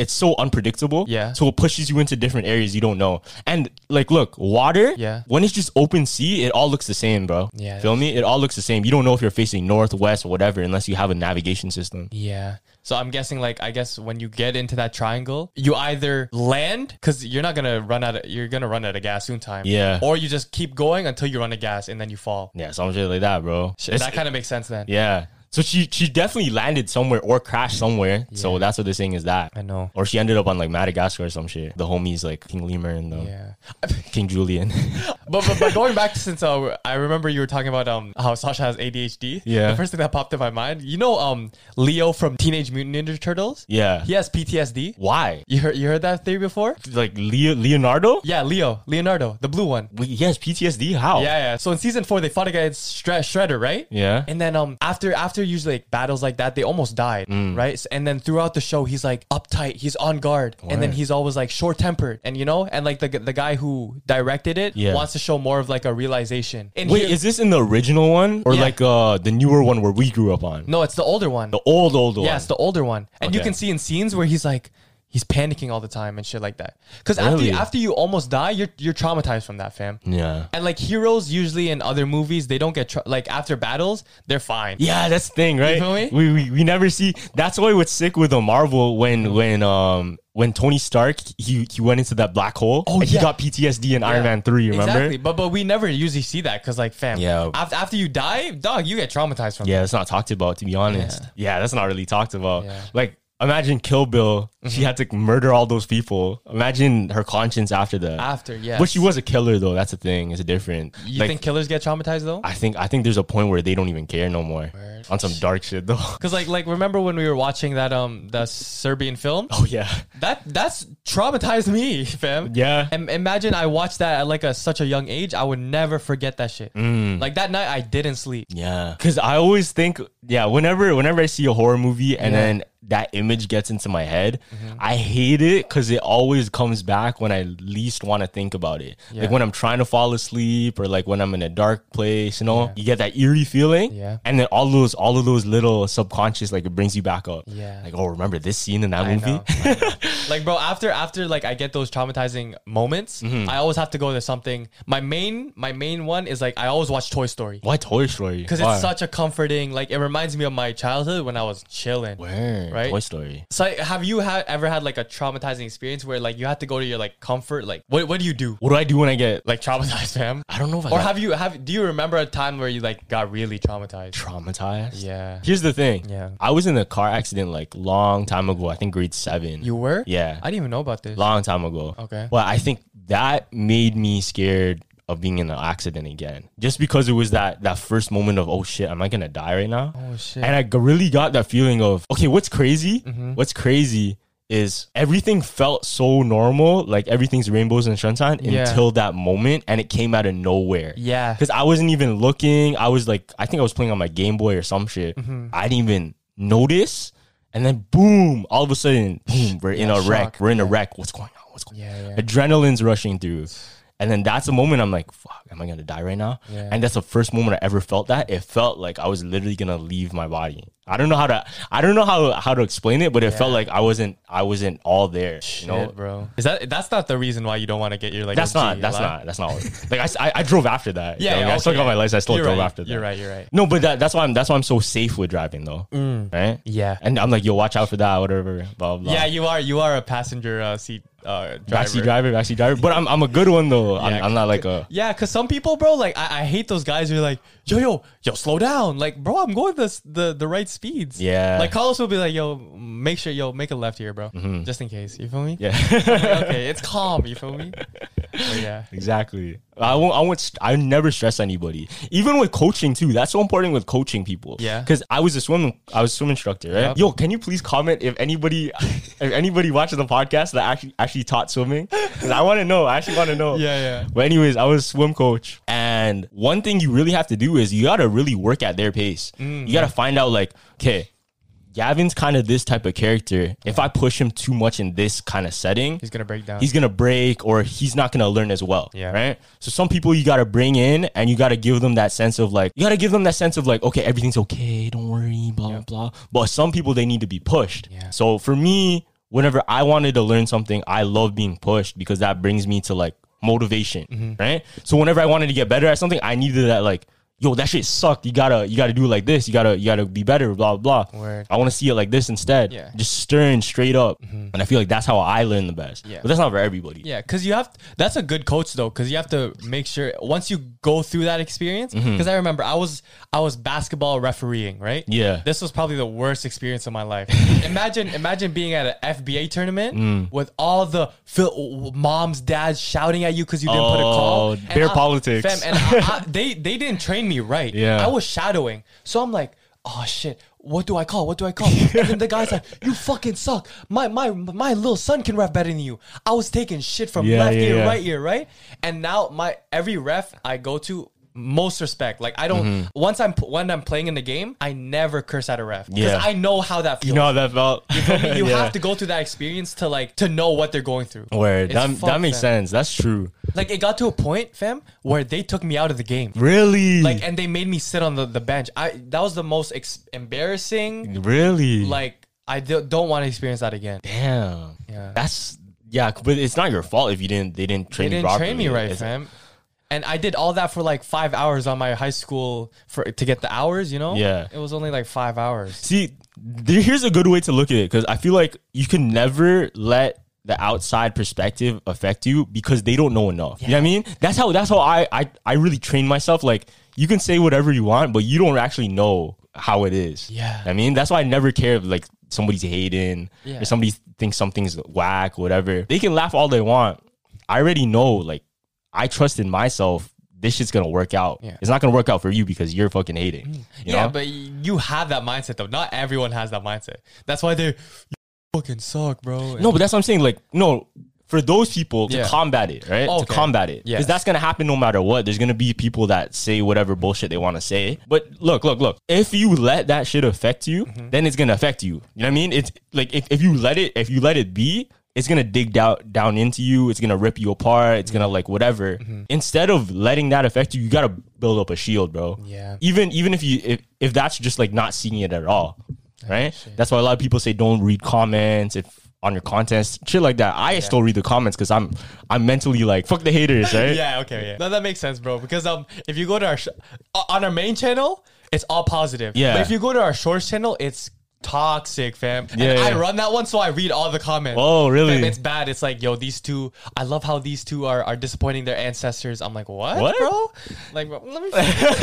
A: it's so unpredictable.
B: Yeah.
A: So it pushes you into different areas you don't know. And like look, water,
B: Yeah.
A: when it's just open sea, it all looks the same, bro.
B: Yeah,
A: Feel me? It all looks the same. You don't know if you're facing north, west, or whatever, unless you have a navigation system.
B: Yeah. So I'm guessing, like, I guess when you get into that triangle, you either land because you're not gonna run out. Of, you're gonna run out of gas soon, time.
A: Yeah.
B: Or you just keep going until you run out of gas and then you fall.
A: Yeah, some shit like that, bro. It's-
B: that kind of makes sense then.
A: yeah. So she she definitely landed somewhere or crashed somewhere. So that's what they're saying is that.
B: I know.
A: Or she ended up on like Madagascar or some shit. The homies like King Lemur and the
B: Yeah.
A: King Julian.
B: But, but but going back to since uh, I remember you were talking about um how Sasha has ADHD.
A: Yeah.
B: The first thing that popped in my mind, you know, um Leo from Teenage Mutant Ninja Turtles.
A: yeah.
B: He has PTSD.
A: Why?
B: You heard you heard that theory before?
A: Like Leo, Leonardo?
B: Yeah, Leo, Leonardo, the blue one.
A: Wait, He has PTSD. How?
B: Yeah, yeah. So in season four, they fought against Shred- Shredder, right?
A: Yeah.
B: And then um after after usually like battles like that, they almost died,
A: Mm.
B: right? S- And then throughout the show, he's like uptight, he's on guard, and then
A: Word.
B: he's always like short tempered, and you know, and like the g- the guy who directed it
A: Yeah.
B: wants to show more of like a realization. And
A: Wait,
B: here-
A: is this in the original one or
B: Yeah.
A: like uh the newer one where we grew up on?
B: no, it's the older one.
A: The old old one.
B: yeah, it's the older one, and you
A: Okay.
B: can see in scenes where he's like. He's panicking all the time and shit like that. Because after
A: Really?
B: you, after you almost die, you're you're traumatized from that, fam.
A: yeah.
B: And like heroes, usually in other movies, they don't get tra- like after battles, they're fine.
A: Yeah, that's the thing, right?
B: feel me?
A: We, we we never see. That's why what's sick with the Marvel when when um when Tony Stark he he went into that black hole.
B: Oh,
A: and he
B: yeah.
A: got PTSD in Iron Man three. Remember?
B: Exactly, but but we never usually see that because like fam,
A: Yeah.
B: After, after you die, dog, you get traumatized from.
A: Yeah, it's not talked about to be honest. Yeah, that's not really talked about.
B: Yeah. Mm-hmm.
A: Like imagine Kill Bill. She had to murder all those people. Imagine her conscience after that.
B: After, Ah, yes.
A: But she was a killer though. That's the thing. It's a different.
B: You
A: like,
B: think killers get traumatized though?
A: I think I think there's a point where they don't even care no more.
B: Word.
A: On some dark shit though.
B: Because like like remember when we were watching that um the Serbian film?
A: Oh yeah.
B: That that's traumatized me, fam.
A: Yeah.
B: Im- imagine I watched that at like a such a young age. I would never forget that shit.
A: Mm.
B: Like that night, I didn't sleep.
A: Yeah. Cause I always think, yeah, whenever whenever I see a horror movie and
B: Yeah. Mm-hmm.
A: then that image gets into my head, I hate it because it always comes back when I least want to think about it.
B: Yeah.
A: Like when I'm trying to fall asleep or like when I'm in a dark place, you know, you get that eerie feeling.
B: Yeah.
A: And then all those all of those little subconscious, like it brings you back up.
B: Yeah.
A: Like, oh, remember this scene in that
B: I
A: movie?
B: know, I know. like bro, after after like I get those traumatizing moments,
A: Mm-hmm.
B: I always have to go to something. My main my main one is like I always watch Toy Story
A: Why Toy Story?
B: because it's such a comforting. Like it reminds me of my childhood when I was chilling.
A: Where?
B: right?
A: Toy Story.
B: So like, have you ha- ever had like a traumatizing experience where like you had to go to your like comfort? Like what what do you do?
A: What do I do when I get like
B: Like traumatized, fam?
A: I don't know if I
B: Or
A: got
B: have you have do you remember a time where you like got really traumatized?
A: traumatized?
B: Yeah.
A: Here's the thing.
B: Yeah.
A: I was in a car accident like long time ago. I think grade seven.
B: You were?
A: Yeah.
B: I didn't even know about this.
A: long time ago.
B: Okay.
A: But I think that made me scared of being in an accident again, just because it was that that first moment of oh shit, am I gonna die right now?
B: Oh shit. Mm-hmm.
A: And I g- really got that feeling of okay, what's crazy? What's crazy is everything felt so normal, like everything's rainbows and sunshine
B: Yeah.
A: until that moment, and it came out of nowhere.
B: yeah.
A: Because I wasn't even looking. I was like, I think I was playing on my Game Boy or some shit.
B: Mm-hmm.
A: I didn't even notice. And then boom, all of a sudden, boom, we're in a wreck.
B: shock,
A: We're in a wreck. What's going on? What's going
B: Yeah,
A: on?
B: yeah.
A: Adrenaline's rushing through. And then that's a moment I'm like, fuck, am I gonna die right now?
B: Yeah.
A: And that's the first moment I ever felt that. It felt like I was literally gonna leave my body. I don't know how to I don't know how how to explain it, but it felt like I wasn't I wasn't all there. You know?
B: Shit, bro. Is that that's not the reason why you don't want to get your like
A: That's
B: OG
A: not. That's
B: alive?
A: not. That's not. what- Like I s- I, I drove after that.
B: Yeah,
A: you know,
B: yeah,
A: I still
B: okay,
A: got my
B: yeah.
A: license. I still
B: You're
A: drove
B: right,
A: after that.
B: You're right, you're right.
A: No, but that, that's why I'm that's why I'm so safe with driving though, right?
B: Mm. Yeah.
A: and I'm like, yo, watch out for that, whatever, blah blah.
B: Yeah, you are you are a passenger uh, seat uh driver.
A: backseat driver, backseat driver. But I'm I'm a good one though. I'm,
B: Yeah.
A: I'm not like a
B: Yeah, cause some people, bro, like I, I hate those guys who are like, yo, yo, yo, slow down. Like, bro, I'm going this the the right speeds.
A: Yeah.
B: Like Carlos will be like, yo, make sure, yo, make a left here, bro, just in case. You feel me?
A: Mm-hmm. yeah,
B: okay, it's calm. You feel me? But yeah.
A: exactly. I won't I won't st- I never stress anybody. Even with coaching too, that's so important with coaching people.
B: Yeah.
A: because I was a swim I was a swim instructor. Right?
B: Yep.
A: Yo, can you please comment if anybody if anybody watching the podcast that actually actually taught swimming? 'Cause I want to know. I actually want to know.
B: Yeah, yeah.
A: But anyways, I was a swim coach, and one thing you really have to do is you gotta really work at their pace.
B: Mm.
A: you gotta find out like, okay, Gavin's kind of this type of character. If I push him too much in this kind of setting,
B: He's gonna break down.
A: he's gonna break or he's not gonna learn as well.
B: Yeah.
A: Right. So some people you gotta bring in and you gotta give them that sense of like you gotta give them that sense of like, okay, everything's okay, don't worry, blah blah. But some people they need to be pushed.
B: Yeah.
A: So for me, whenever I wanted to learn something, I love being pushed because that brings me to like motivation.
B: Mm-hmm.
A: Right. So whenever I wanted to get better at something, I needed that like Yo, that shit sucked. You gotta, you gotta do it like this. You gotta, you gotta be better. Blah blah.
B: Word.
A: I want to see it like this instead.
B: Yeah.
A: Just stirring straight up, and I feel like that's how I learn the best.
B: Mm-hmm. Yeah.
A: But that's not for everybody.
B: Yeah, because you have that's a good coach though, because you have to make sure once you go through that experience.
A: Mm-hmm.
B: Because I remember I was I was basketball refereeing, right?
A: Yeah.
B: this was probably the worst experience of my life. imagine imagine being at an FBA tournament
A: Mm.
B: with all the fil- moms, dads shouting at you because you didn't put a call.
A: Oh,
B: And
A: bare politics.
B: fam, and I, I, they they didn't train me right.
A: Yeah.
B: I was shadowing, so I'm like, oh shit. What do I call? What do I call? and then the guy's like, "You fucking suck. My my my little son can ref better than you. I was taking shit from
A: Yeah,
B: left
A: yeah,
B: ear,
A: yeah.
B: right ear, right." And now my every ref I go to, most respect. Like I don't
A: Mm-hmm.
B: once I'm when I'm playing in the game, I never curse at a ref because
A: Yeah.
B: I know how that feels.
A: You know how that felt?
B: I mean, you have to go through that experience to like to know what they're going through.
A: Word.
B: It's
A: That,
B: fucked,
A: that makes
B: fam.
A: sense. That's true.
B: Like it got to a point, fam, where they took me out of the game.
A: Really?
B: Like and they made me sit on the, the bench. I that was the most ex-
A: Mm.
B: embarrassing.
A: really?
B: Like I do, don't want to experience that again.
A: damn.
B: Yeah.
A: That's yeah, but it's not your fault if you didn't. They didn't
B: They
A: train you
B: didn't
A: properly.
B: train me right,
A: It's-
B: fam. And I did all that for like five hours on my high school for to get the hours. You know,
A: Yeah.
B: it was only like five hours.
A: See, there, here's a good way to look at it because I feel like you can never let the outside perspective affect you because they don't know enough. You know what I mean? That's how that's how I I, I really train myself. Like you can say whatever you want, but you don't actually know how it is.
B: Yeah.
A: I mean, that's why I never care if like somebody's hating
B: Yeah.
A: or somebody thinks something's whack, whatever. They can laugh all they want. I already know, like, I trust in myself. This shit's gonna work out.
B: Yeah. Mm.
A: It's not gonna work out for you because you're fucking hating. You
B: yeah,
A: know?
B: but you have that mindset though. Not everyone has that mindset. That's why they fucking suck, bro.
A: no, but that's what I'm saying. Like, no, for those people to
B: Yeah.
A: combat it, right?
B: Okay.
A: To combat it,
B: Yes.
A: because that's gonna happen no matter what. There's gonna be people that say whatever bullshit they want to say. But look, look, look. If you let that shit affect you,
B: Mm-hmm.
A: then it's gonna affect you. You know what I mean? It's like if, if you let it, if you let it be. It's gonna dig down down into you. It's gonna rip you apart. It's gonna
B: Mm-hmm.
A: like whatever. Instead of letting that affect you, you gotta build up a shield, bro.
B: Yeah.
A: Even even if you if, if that's just like not seeing it at all, right? That's why a lot of people say don't read comments if on your contents, shit like that. I still read the comments because I'm I'm mentally like fuck the haters, right?
B: Yeah, okay, yeah. No, that makes sense, bro. Because um, if you go to our sh- o- on our main channel, it's all positive.
A: Yeah.
B: But if you go to our shorts channel, it's toxic, fam. And
A: Yeah,
B: I
A: yeah.
B: run that one, so I read all the comments.
A: Oh, really?
B: Fam, it's bad. It's like, yo, these two. I love how these two are are disappointing their ancestors. I'm like, what,
A: What?
B: bro? Like, bro, let me.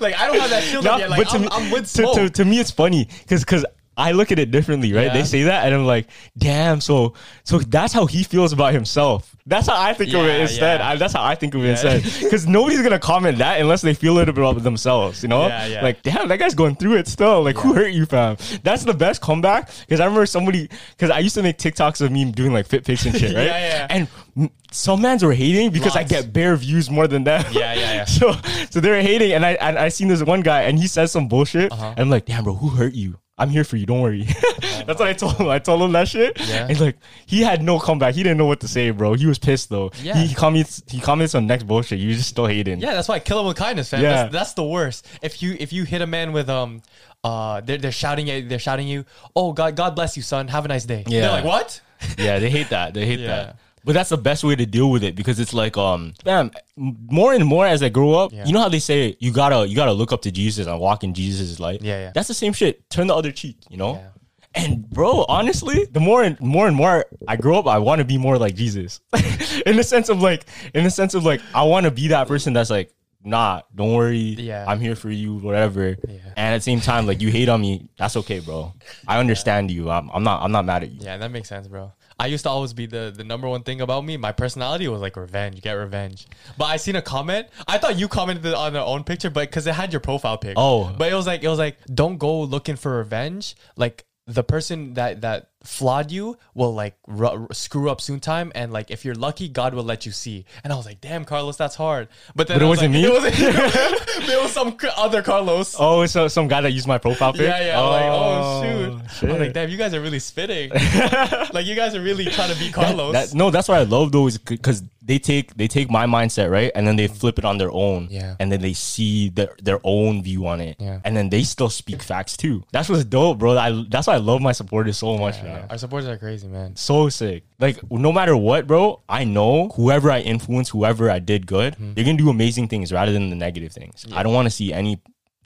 B: like, I don't have that shield
A: No,
B: up yet. Like,
A: to
B: I'm,
A: me-
B: I'm with
A: to,
B: smoke.
A: to, to me, it's funny because because I look at it differently, right?
B: Yeah.
A: They say that, and I'm like, damn. So so that's how he feels about himself. That's how I think of
B: Yeah,
A: it instead.
B: yeah.
A: I, that's how I think of it instead. Because nobody's gonna comment that unless they feel it about themselves. You know,
B: Yeah, yeah.
A: like damn, that guy's going through it still. Like who hurt you, fam? That's the best comeback. Because I remember somebody because I used to make TikToks of me doing like fit pics and shit, right?
B: yeah.
A: And mm, some mans were hating because I
B: Lots.
A: get bare views more than them.
B: Yeah, yeah, yeah.
A: So so they were hating, and I and I seen this one guy, and he says some bullshit,
B: Uh-huh.
A: and I'm like, damn, bro, who hurt you? I'm here for you. Don't worry. That's what I told him. I told him that shit.
B: Yeah.
A: And like, he had no comeback. He didn't know what to say, bro. He was pissed though.
B: Yeah.
A: He comments. He comments on next bullshit. You just still hating.
B: Yeah, that's why kill him with kindness, fam.
A: Yeah.
B: That's, that's the worst. If you if you hit a man with um, uh, they're, they're shouting at they're shouting you. Oh God, God bless you, son. Have a nice day.
A: Yeah.
B: They're like what?
A: yeah, they hate that. They hate
B: Yeah.
A: that. But that's the best way to deal with it because it's like, um, man, more and more as I grow up,
B: Yeah.
A: you know how they say you gotta you gotta look up to Jesus and walk in Jesus' light.
B: Yeah, yeah.
A: That's the same shit. Turn the other cheek, you know.
B: Yeah.
A: And bro, honestly, the more and more and more I grow up, I want to be more like Jesus, in the sense of like, in the sense of like, I want to be that person that's like, nah, don't worry,
B: Yeah.
A: I'm here for you, whatever. And at the same time, like, you hate on me, that's okay, bro. I understand you. I'm, I'm not, I'm not mad at you.
B: Yeah, that makes sense, bro. I used to always be the the number one thing about me. My personality was like revenge, get revenge. But I seen a comment. I thought you commented on your own picture, but because it had your profile pic.
A: Oh.
B: but it was like it was like don't go looking for revenge. Like the person that that flawed you will like ru- screw up soon time, and like if you're lucky, God will let you see. And I was like, damn, Carlos, that's hard. But then
A: But it
B: I was
A: wasn't
B: like-
A: me?
B: It wasn't you. there was some cr- other Carlos.
A: Oh, so some guy that used my profile pic.
B: Yeah, yeah. I'm like, oh shoot. I'm
A: shit.
B: like, damn, you guys are really spitting. like, you guys are really trying to be Carlos.
A: That- no, that's what I love though, is because they take they take my mindset right, and then they flip it on their own,
B: Yeah.
A: and then they see their their own view on it,
B: Yeah.
A: and then they still speak facts too. That's what's dope, bro. I, that's why I love my supporters so much, man.
B: Our supporters are crazy, man.
A: So sick. Like no matter what, bro, I know whoever I influence, whoever I did good,
B: Hmm.
A: they're gonna do amazing things rather than the negative things. I don't want to see any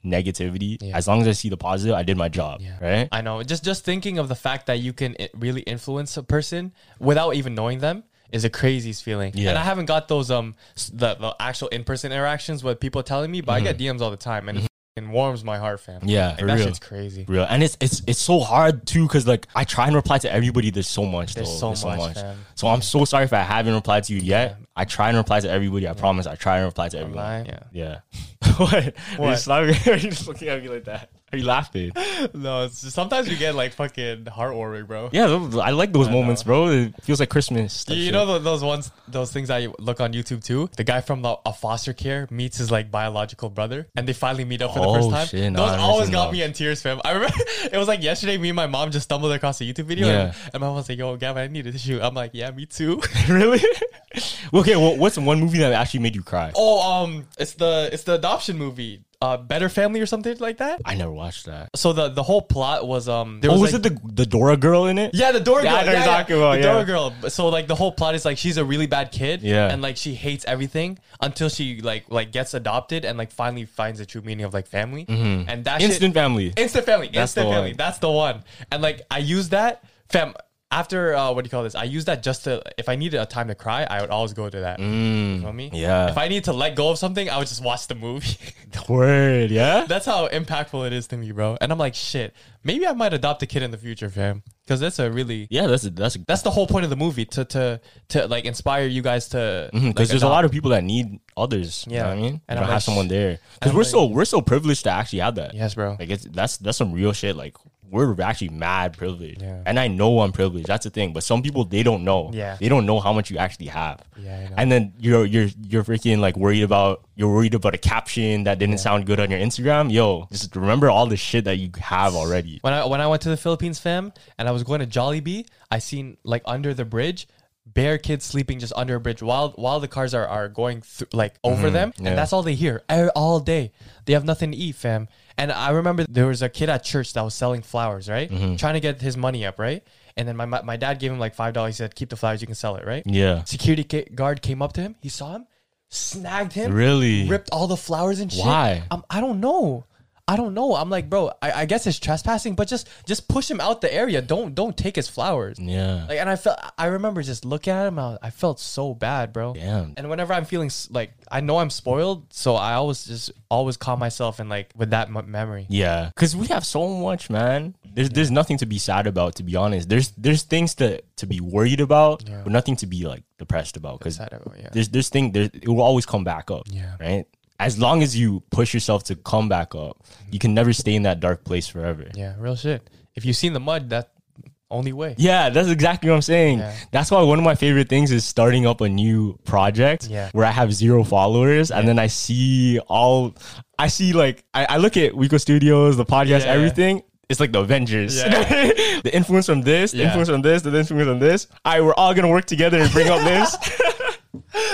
A: negativity. As long as I see the positive, I did my job, right?
B: I know. Just just thinking of the fact that you can i- really influence a person without even knowing them is the craziest feeling.
A: Yeah.
B: And I haven't got those um s- the, the actual in person interactions with people telling me, but I get DMs all the time, and it f***ing warms my heart, fam.
A: Mm-hmm. Yeah,
B: like,
A: for
B: that
A: real.
B: shit's crazy.
A: real and it's it's it's so hard too because like i try and reply to everybody there's so much
B: There's
A: though.
B: so much, fam.
A: so i'm so sorry if i haven't replied to you yet i try and reply to everybody i promise i try and reply to everyone
B: Lie? Yeah.
A: yeah what, Are, you
B: What?
A: slapping- are you just looking at me like that are you laughing
B: No, it's just, sometimes you get like fucking heartwarming, bro.
A: yeah those- i like those moments bro it feels like christmas type
B: You, you
A: shit.
B: know tho- those ones, those things I look on YouTube too. The guy from the, a foster care meets his like biological brother, and they finally meet up for the first
A: Oh,
B: time.
A: shit, no, I
B: those
A: haven't
B: always
A: seen
B: got
A: those.
B: me in tears, fam. I remember it was like yesterday. Me and my mom just stumbled across a YouTube video, and,
A: Yeah.
B: and my mom was like, "Yo, Gavin, I need a tissue." I'm like, "Yeah, me too."
A: really okay well, what's one movie that actually made you cry
B: oh, um, it's the it's the adoption movie, uh, Better Family or something like that.
A: i never watched that
B: So the the whole plot was um, there
A: oh was
B: like-
A: it the the dora girl in it
B: Yeah, the door girl.
A: Yeah, I know
B: yeah,
A: you're
B: yeah,
A: talking about,
B: the
A: yeah.
B: door girl. So like the whole plot is like she's a really bad kid.
A: Yeah.
B: And like she hates everything until she like like gets adopted and like finally finds the true meaning of like family. And that
A: Mm-hmm. instant
B: shit,
A: family
B: instant family.
A: That's
B: instant
A: the
B: family.
A: one.
B: That's the one. And like I use that fam. after uh, what do you call this? I use that just to if I needed a time to cry, I would always go to that. You feel me?
A: Mm. yeah.
B: If I need to let go of something, I would just watch the movie.
A: Word, yeah?
B: that's how impactful it is to me, bro. And I'm like, shit, maybe I might adopt a kid in the future, fam. Because that's a really
A: Yeah, that's a, that's a,
B: that's the whole point of the movie to to to like inspire you guys to because
A: because Mm-hmm, there's a lot of people that need others. Yeah,
B: Yeah.
A: I mean, and
B: And I'm
A: have
B: like,
A: someone there because
B: I'm
A: we're
B: like-
A: so we're so privileged to actually have that.
B: yes, bro.
A: like it's that's that's some real shit. Like we're actually mad privileged,
B: Yeah.
A: and I know I'm privileged. That's the thing. But some people they don't know.
B: Yeah.
A: they don't know how much you actually have.
B: Yeah, I know.
A: and then you're you're you're freaking like worried about you're worried about a caption that didn't sound good on your Instagram. Yo, just remember all the shit that you have already.
B: When I when I went to the Philippines, fam, and I was going to Jollibee, I seen like under the bridge, bare kids sleeping just under a bridge while while the cars are are going through like over them,
A: Mm-hmm, yeah.
B: and that's all they hear e- all day. They have nothing to eat, fam. And I remember there was a kid at church that was selling flowers, right,
A: Mm-hmm.
B: trying to get his money up, right. And then my my my dad gave him like five dollars. He said, "Keep the flowers. You can sell it, right?"
A: Yeah,
B: Security ca- guard came up to him. He saw him, snagged him,
A: really.
B: ripped all the flowers and shit.
A: Why?
B: I'm, I don't know. I don't know. I'm like, bro. I, I guess it's trespassing, but just just push him out the area. Don't don't take his flowers.
A: Yeah.
B: Like, and I felt. I remember just looking at him. I, I felt so bad, bro.
A: Damn.
B: And whenever I'm feeling s- like I know I'm spoiled, so I always just always calm myself and like with that m- memory.
A: Yeah, because we have so much, man. There's there's nothing to be sad about, to be honest. There's there's things to to be worried about, but nothing to be like depressed about. Because
B: Sad about, yeah.
A: there's there's thing there it will always come back up.
B: Yeah.
A: right. As long as you push yourself to come back up, you can never stay in that dark place forever.
B: Yeah, real shit. If you've seen the mud, that only way.
A: Yeah, that's exactly what I'm saying.
B: Yeah.
A: That's why one of my favorite things is starting up a new project
B: Yeah.
A: where I have zero followers and then I see all I see like I, I look at Wico Studios, the podcast,
B: Yeah.
A: everything. It's like the Avengers.
B: Yeah.
A: the influence from this, the
B: Yeah.
A: influence from this, the influence from this. All right, we're all gonna work together and bring up this.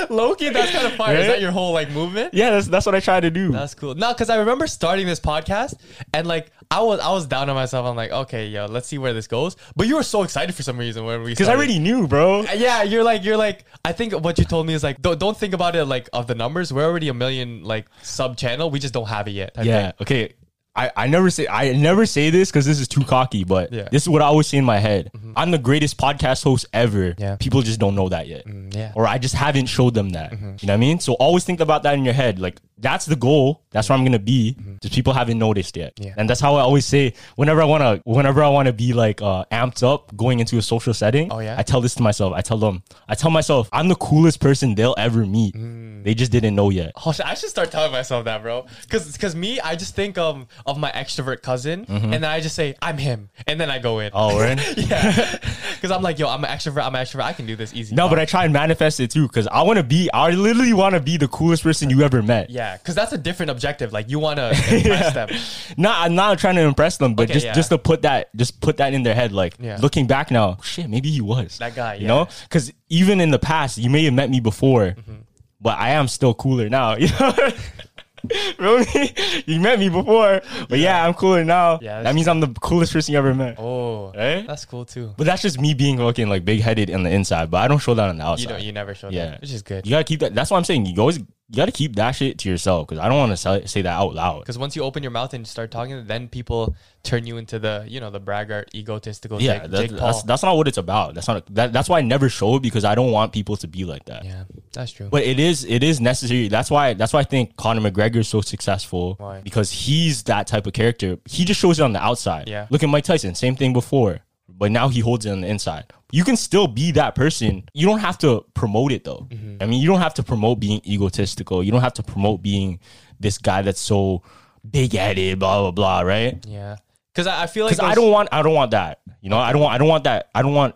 B: Loki, that's kind of fire. Is
A: Right?
B: that your whole like movement?
A: Yeah, that's that's what I try to do.
B: That's cool. No, because I remember starting this podcast and like I was I was down on myself. I'm like, okay, yo, let's see where this goes. But you were so excited for some reason when we
A: Because I already knew, bro.
B: yeah, you're like you're like I think what you told me is like don't don't think about it like of the numbers. We're already a million like sub channel. We just don't have it yet. type
A: Yeah.
B: thing.
A: Okay. I, I never say I never say this because this is too cocky, but
B: Yeah. Mm-hmm.
A: this is what I always say in my head. I'm the greatest podcast host ever.
B: Yeah. Mm,
A: People just don't know that yet.
B: yeah. Mm-hmm.
A: Or I just haven't showed them that. You know what I mean? So always think about that in your head. Like that's the goal. That's where I'm gonna be. Just people haven't noticed yet.
B: Mm-hmm. Yeah.
A: And that's how I always say whenever I wanna whenever I wanna be like uh, amped up going into a social setting.
B: Oh, yeah?
A: I tell this to myself. I tell them. I tell myself I'm the coolest person they'll ever meet.
B: Mm.
A: They just didn't know yet.
B: Oh, shit, I should start telling myself that, bro. Cause, cause me, I just think um of my extrovert cousin, and then I just say I'm him, and then I go in.
A: Mm-hmm. Oh, we're in.
B: yeah. Cause I'm like, yo, I'm an extrovert. I'm an extrovert. I can do this easy.
A: No, but I try and manifest it too because I want to be, I literally want to be the coolest person you ever met.
B: Yeah, because that's a different objective. Like you want to impress them.
A: Not, I'm not trying to impress them, but
B: Okay,
A: just,
B: yeah.
A: just to put that, just put that in their head. Like
B: Yeah.
A: looking back now, shit, maybe he was
B: That guy,
A: You
B: yeah. Mm-hmm.
A: know, because even in the past, you may have met me before, but I am still cooler now. You know. Really? You met me before, but yeah, I'm cooler now.
B: Yeah,
A: that
B: that's
A: means I'm the coolest person you ever met.
B: Oh,
A: Right?
B: that's cool too.
A: But that's just me being fucking like big headed on the inside, but I don't show that on the outside.
B: You don't, you never show
A: Yeah,
B: that, which is good.
A: You gotta keep that. That's what I'm saying. You always you gotta keep that shit to yourself because I don't want to say that out loud.
B: Because once you open your mouth and start talking, then people turn you into the you know the braggart, egotistical.
A: Yeah,
B: Jake,
A: that-
B: Jake Paul.
A: that's that's not what it's about. That's not that, That's why I never show it because I don't want people to be like that.
B: yeah, that's true.
A: But it is it is necessary. That's why that's why I think Conor McGregor is so successful
B: Why?
A: because he's that type of character. He just shows it on the outside.
B: Yeah.
A: Look at Mike Tyson, same thing before, but now he holds it on the inside. You can still be that person. You don't have to promote it though.
B: Mm-hmm.
A: I mean, you don't have to promote being egotistical. You don't have to promote being this guy that's so big headed, blah blah blah, right?
B: yeah, because I, I feel like
A: Because I
B: those-
A: don't want I don't want that. You know, I don't want I don't want that. I don't want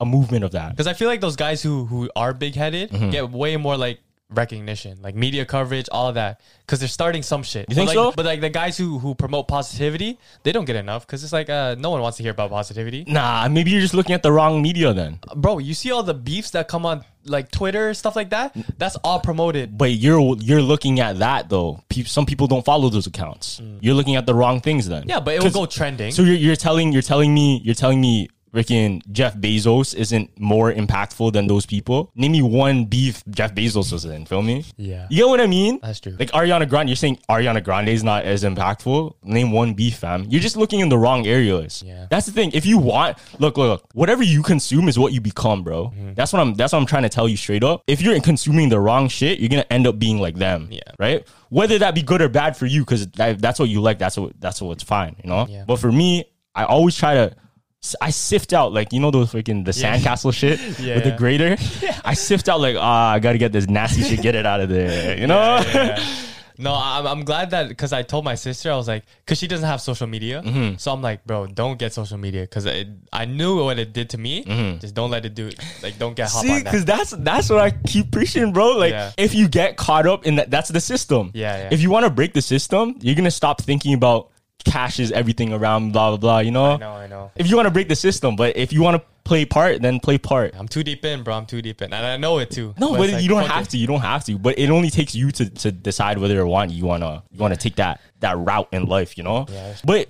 A: a movement of that.
B: Because I feel like those guys who who are big headed
A: Mm-hmm.
B: get way more like recognition, like media coverage, all of that. Because they're starting some shit. You
A: think
B: but like,
A: so?
B: But like the guys who who promote positivity, they don't get enough because it's like uh, no one wants to hear about positivity.
A: Nah, maybe you're just looking at the wrong media then.
B: Bro, you see all the beefs that come on like Twitter stuff like that. That's all promoted.
A: but you're you're looking at that though. Pe- some people don't follow those accounts. You're looking at the wrong things then.
B: Mm. Yeah, but it will go trending.
A: So you're, you're telling you're telling me you're telling me freaking Jeff Bezos isn't more impactful than those people. Name me one beef Jeff Bezos was in. Feel me?
C: Yeah.
A: You get what I mean?
C: That's true.
A: Like Ariana Grande, you're saying Ariana Grande is not as impactful. Name one beef, fam. You're just looking in the wrong areas.
C: Yeah.
A: That's the thing. If you want, look, look, look. Whatever you consume is what you become, bro.
B: Mm-hmm.
A: That's what I'm. That's what I'm trying to tell you straight up. If you're consuming the wrong shit, you're gonna end up being like them.
B: Yeah.
A: Right. Whether that be good or bad for you, because that's what you like. That's what. That's what's fine. You know.
C: Yeah.
A: But for me, I always try to. I sift out like you know those freaking the sandcastle shit
B: Yeah,
A: with the
B: yeah.
A: grater. I sift out like ah, I gotta get this nasty shit, get it out of there. You know,
B: No, I'm, I'm glad that because I told my sister, I was like, because she doesn't have social media.
A: Mm-hmm.
B: So I'm like, bro, don't get social media because I knew what it did to me. Just don't let it do Like, don't get hop
A: Mm-hmm. See,
B: on that.
A: because that's that's what I keep preaching, bro. Like,
B: Yeah.
A: if you get caught up in that, that's the system.
B: Yeah, yeah.
A: If you want to break the system, you're gonna stop thinking about cash is everything around blah blah blah. You know.
B: I know, I know.
A: If you want to break the system, but if you want to play part, then play part.
B: I'm too deep in, bro. I'm too deep in. And I know it too.
A: No, but
B: it's like,
A: you don't
B: fuck
A: have
B: it.
A: to. You don't have to. But it only takes you to, to decide whether or want you wanna you wanna take that that route in life. You know.
C: Yeah.
A: But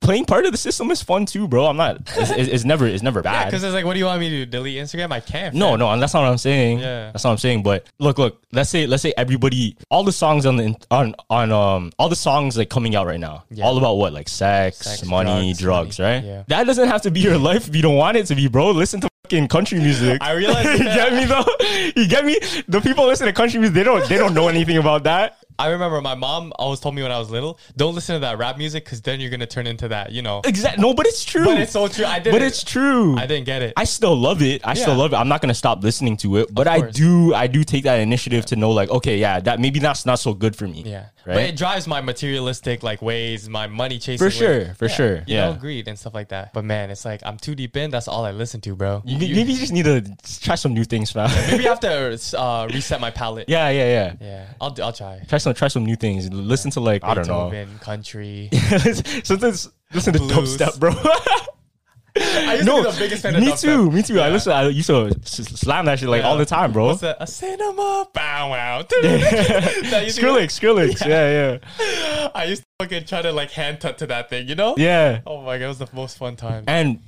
A: playing part of the system is fun too, bro. I'm not. It's, it's, it's never. It's never
B: Yeah,
A: bad.
B: because it's like, what do you want me to do? Delete Instagram? I can't.
A: No, no, and that's not what I'm saying.
B: Yeah.
A: that's not what I'm saying. But look, look. Let's say, let's say everybody, all the songs on the on on um, all the songs like coming out right now, all about what like sex,
B: Sex,
A: money, drugs,
B: drugs,
A: right?
B: money. Yeah.
A: That doesn't have to be your life if you don't want it to be, bro. Listen to fucking country music.
B: I realized
A: you
B: that.
A: get me though. You get me. The people listen to country music, they don't they don't know anything about that.
B: I remember my mom always told me when I was little, don't listen to that rap music because then you're gonna turn into that, you know.
A: Exact. No, but it's true.
B: But it's so true. I didn't.
A: But it's true.
B: I didn't get it.
A: I still love it. I still
B: Yeah.
A: love it. I'm not gonna stop listening to it, but I
B: course.
A: do. I do take that initiative to know, like, okay, yeah, that maybe that's not so good for me.
B: yeah, but
A: right.
B: it drives my materialistic like ways, my money chasing.
A: for
B: ways.
A: sure, for sure.
B: You
A: yeah.
B: know, greed and stuff like that. But man, it's like I'm too deep in. That's all I listen to, bro.
A: You- you- maybe you just need to try some new things, man.
B: Maybe I have to uh, reset my palette.
A: yeah, yeah, yeah.
B: yeah. I'll do- I'll try.
A: Try some try some new things. Listen to like I don't know.
B: Beethoven, country.
A: Sometimes listen to
B: Blues.
A: dubstep, bro.
B: I used to be the biggest fan
A: me
B: of dubstep.
A: too, me too. I listen. I used to s- slam that shit like
B: Yeah.
A: all the time, bro.
B: What's that? A cinema bow wow. That used to be-
A: Skrillex, Skrillex. Yeah, yeah,
B: I used to fucking try to like hand tut to that thing, you know?
A: yeah.
B: Oh my god, it was the most fun time.
A: And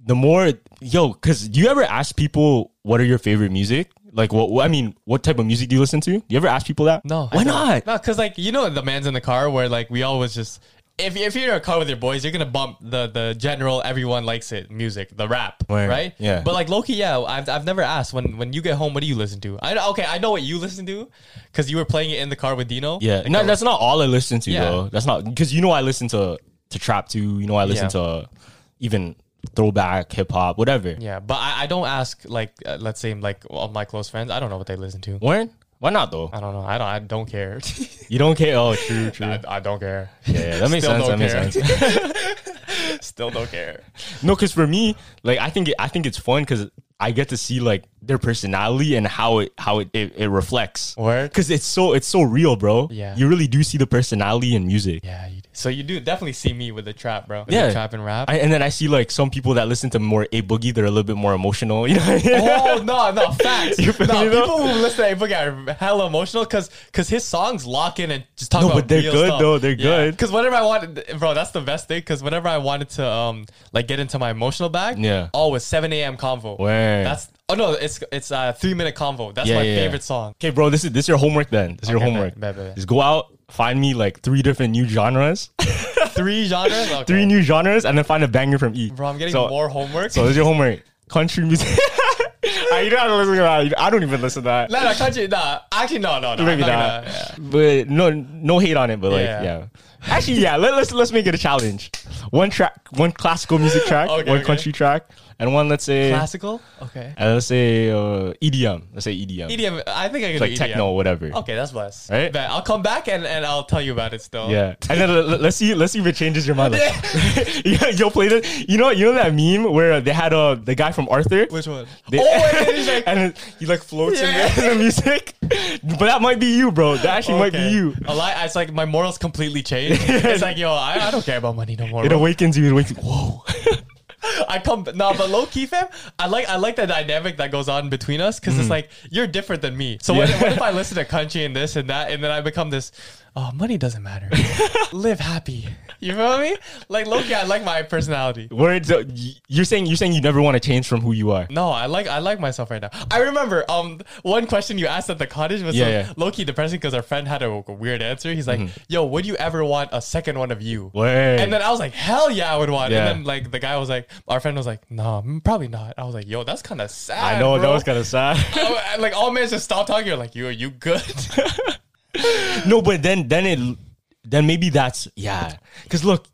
A: the more, yo, because do you ever ask people what are your favorite music? Like, what, what- I mean, what type of music do you listen to? Do you ever ask people that?
B: No, I
A: why
B: don't.
A: not?
B: No, because like you know the man's in the car where like we always just if if you're in a car with your boys, you're gonna bump the the general everyone likes it music, the rap,
A: Right.
B: right?
A: Yeah.
B: But like Loki, yeah, I've, I've never asked when when you get home, what do you listen to? I know- okay, I know what you listen to because you were playing it in the car with Dino.
A: Yeah, no, that's not all I listen to
B: Yeah.
A: though. That's not because you know I listen to to trap too. You know I listen
B: Yeah.
A: to even throwback hip hop, whatever.
B: Yeah, but I, I don't ask like uh, let's say like all my close friends. I don't know what they listen to.
A: Warren, why not though?
B: I don't know. I don't. I don't care.
A: You don't care. Oh, true, true.
B: Uh, I, I don't care.
A: Yeah, that makes
B: Still
A: sense. That
B: don't
A: makes
B: care.
A: sense.
B: Still don't care.
A: No, because for me, like I think it, I think it's fun because I get to see like their personality and how it how it it, it reflects.
B: Word.
A: Because it's so it's so real, bro.
B: Yeah.
A: you really do see the personality in music.
B: Yeah. You do. So you do definitely see me with the trap, bro. With
A: Yeah.
B: The trap and rap.
A: I, and then I see like some people that listen to more a boogie, they're a little bit more emotional. You know, what I mean?
B: oh no, no facts.
A: You feel
B: no,
A: me, though?
B: people who listen to Boogie are hella emotional because because his songs lock in and just talk
A: No,
B: about.
A: but they're
B: real
A: good,
B: stuff.
A: though. They're good.
B: Because whenever I wanted, bro, that's the best thing. Because whenever I wanted to um like get into my emotional bag,
A: Yeah.
B: always seven a.m. convo.
A: Word.
B: That's oh no, it's it's uh three minute convo. That's
A: Yeah,
B: my
A: yeah, yeah.
B: favorite song.
A: Okay, bro, this is this is your homework then. This is your
B: Okay,
A: homework.
B: bet, bet, bet, bet.
A: Just go out, find me like three different new genres,
B: Three genres. Okay.
A: three new genres, and then find a banger from each.
B: Bro, I'm getting
A: so,
B: more homework.
A: So this is your homework. Country music. Ah, you don't have to listen to that. I don't even listen to that.
B: no, no, country. Nah, actually, no, no, no.
A: Maybe
B: I'm
A: not.
B: gonna- yeah.
A: But no, no hate on it. But like, yeah.
B: Yeah.
A: Actually, yeah. Let, let's let's make it a challenge. One track, one classical music track,
B: Okay,
A: one
B: okay.
A: country track, and one let's say,
B: Classical. Okay.
A: uh, let's say uh, EDM. Let's say EDM,
B: EDM. I think I can
A: like
B: do E EDM.
A: techno, whatever.
B: Okay, that's blessed.
A: Right?
B: Bet. I'll come back and, and I'll tell you about it still.
A: Yeah, and then let- let's see, let's see if it changes your mind. Like, yeah, you'll play this. You know, you know that meme where they had uh, the guy from Arthur.
B: Which one?
A: They-
B: oh, and then he's like,
A: and he like floats
B: Yeah.
A: in the, in the music, but that might be you, bro. That actually might be
B: okay.
A: you.
B: A lie, it's like my morals completely changed. It's like, yo, I, I don't care about money no more.
A: It
B: bro.
A: awakens you. It wakes you. Whoa.
B: I come, nah, but low key, fam. I like, I like the dynamic that goes on between us because it's like you're different than me. So what,
A: Mm. Yeah.
B: what if I listen to country and this and that, and then I become this? Oh, money doesn't matter. Live happy. You feel me? Like Loki, I like my personality.
A: Words. uh, y- You're saying you're saying you never want to change from who you are.
B: No, I like I like myself right now. I remember um one question you asked at the cottage was
A: Yeah,
B: so
A: yeah. Mm-hmm.
B: low-key depressing because our friend had a, a weird answer. He's like, "Yo, would you ever want a second one of you?"
A: Word.
B: And then I was like, "Hell yeah, I would want."
A: Yeah.
B: And then like the guy was like, our friend was like, "No, mm, probably not." I was like, "Yo, that's kind of sad."
A: I know that
B: bro."
A: was kind of sad.
B: I- I- like all men just stop talking. You're like, "You are you good?"
A: no, but then then it then maybe that's yeah. Because look,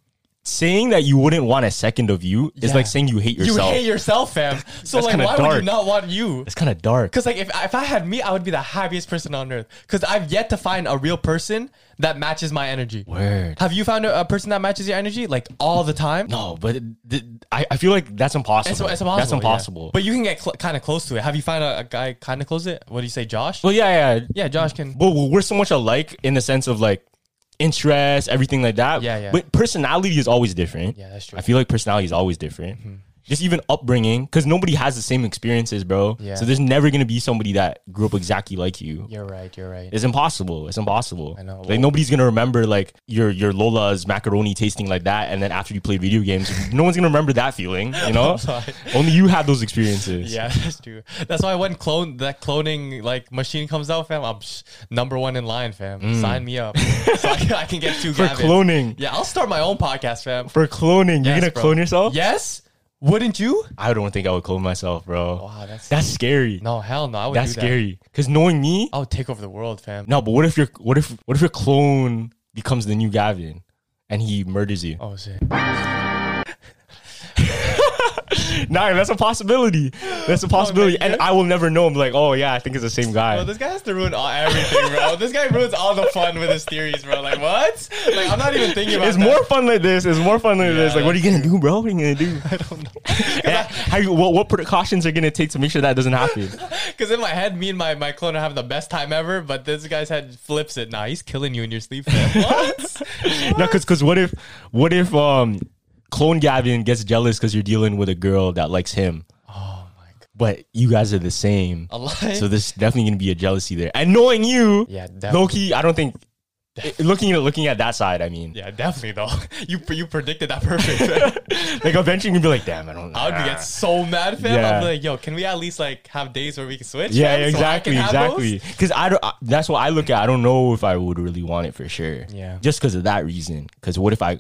A: saying that you wouldn't want a second of you is
B: Yeah.
A: like saying you hate
B: you
A: yourself.
B: hate yourself, fam. So
A: That's
B: like,
A: kinda
B: why would
A: dark.
B: you not want you?
A: it's kind of dark.
B: Because like if if I had me, I would be the happiest person on earth. Because I've yet to find a real person that matches my energy.
A: Word.
B: Have you found a, a person that matches your energy like all the time?
A: No, but it- th- I, I feel like that's impossible.
B: It's, it's impossible.
A: That's
B: yeah.
A: impossible.
B: But you can get cl- kind of close to it. Have you found a, a guy kind of close to it? What do you say, Josh?
A: well, yeah, yeah.
B: yeah, Josh can.
A: But we're so much alike in the sense of like interest, everything like that.
B: Yeah, yeah.
A: But personality is always different.
B: Yeah, that's true. Mm-hmm.
A: I feel like personality is always different. Just even upbringing, because nobody has the same experiences, bro.
B: Yeah.
A: So there's never gonna be somebody that grew up exactly like you.
B: You're right. You're right.
A: It's impossible. It's impossible. I
B: know.
A: Like nobody's gonna remember like your your Lola's macaroni tasting like that, and then after you played video games, no one's gonna remember that feeling. You know,
B: sorry.
A: only you had those experiences.
B: yeah, that's true. That's why when clone that cloning like machine comes out, fam, I'm sh- number one in line, fam. Sign me up. so I can, I can get two
A: Mm. For
B: Gavins.
A: cloning,
B: Yeah, I'll start my own podcast, fam.
A: for cloning, you're
B: Yes,
A: gonna
B: bro.
A: clone yourself.
B: Yes, wouldn't you?
A: I don't think I would clone myself, bro.
B: Wow, that's
A: That's scary.
B: no hell no. I would
A: That's
B: do that. Oh.
A: scary. Because knowing me,
B: I would take over the world, fam.
A: no. But what if your what if what if your clone becomes the new Gavin, and he murders you?
B: Oh shit.
A: Nah, that's a possibility. That's
B: Oh,
A: a possibility, and
B: yeah.
A: I will never know. I'm like, oh yeah, I think it's the same guy.
B: Bro, this guy has to ruin all everything, bro. this guy ruins all the fun with his theories, bro. Like what? Like I'm not even thinking about.
A: it's
B: that.
A: more fun like this. It's more fun like this. Like, what are you gonna do, bro? What are you gonna do? I don't know. how you, what, what precautions are you gonna take to make sure that doesn't happen?
B: Because in my head, me and my, my clone are having the best time ever, but this guy's head flips it. Nah, he's killing you in your sleep. fam. What?
A: no, because what if what if um clone Gavin gets jealous because you're dealing with a girl that likes him?
B: oh my god.
A: But you guys are the same.
B: A lie?
A: So there's definitely gonna be a jealousy there. And knowing you,
B: Yeah, definitely.
A: Loki, I don't think it- looking at looking at that side, I mean,
B: yeah, definitely though. You you predicted that perfect. fam.
A: like eventually you'd be like, damn, I don't. know.
B: I would get so mad, fam.
A: Yeah.
B: I'd be like, yo, can we at least like have days where we can switch?
A: Yeah,
B: fam, so I
A: exactly,
B: can have those?"
A: exactly. Because I don't. I- That's what I look at. I don't know if I would really want it for sure.
B: Yeah.
A: Just because of that reason. Because what if I,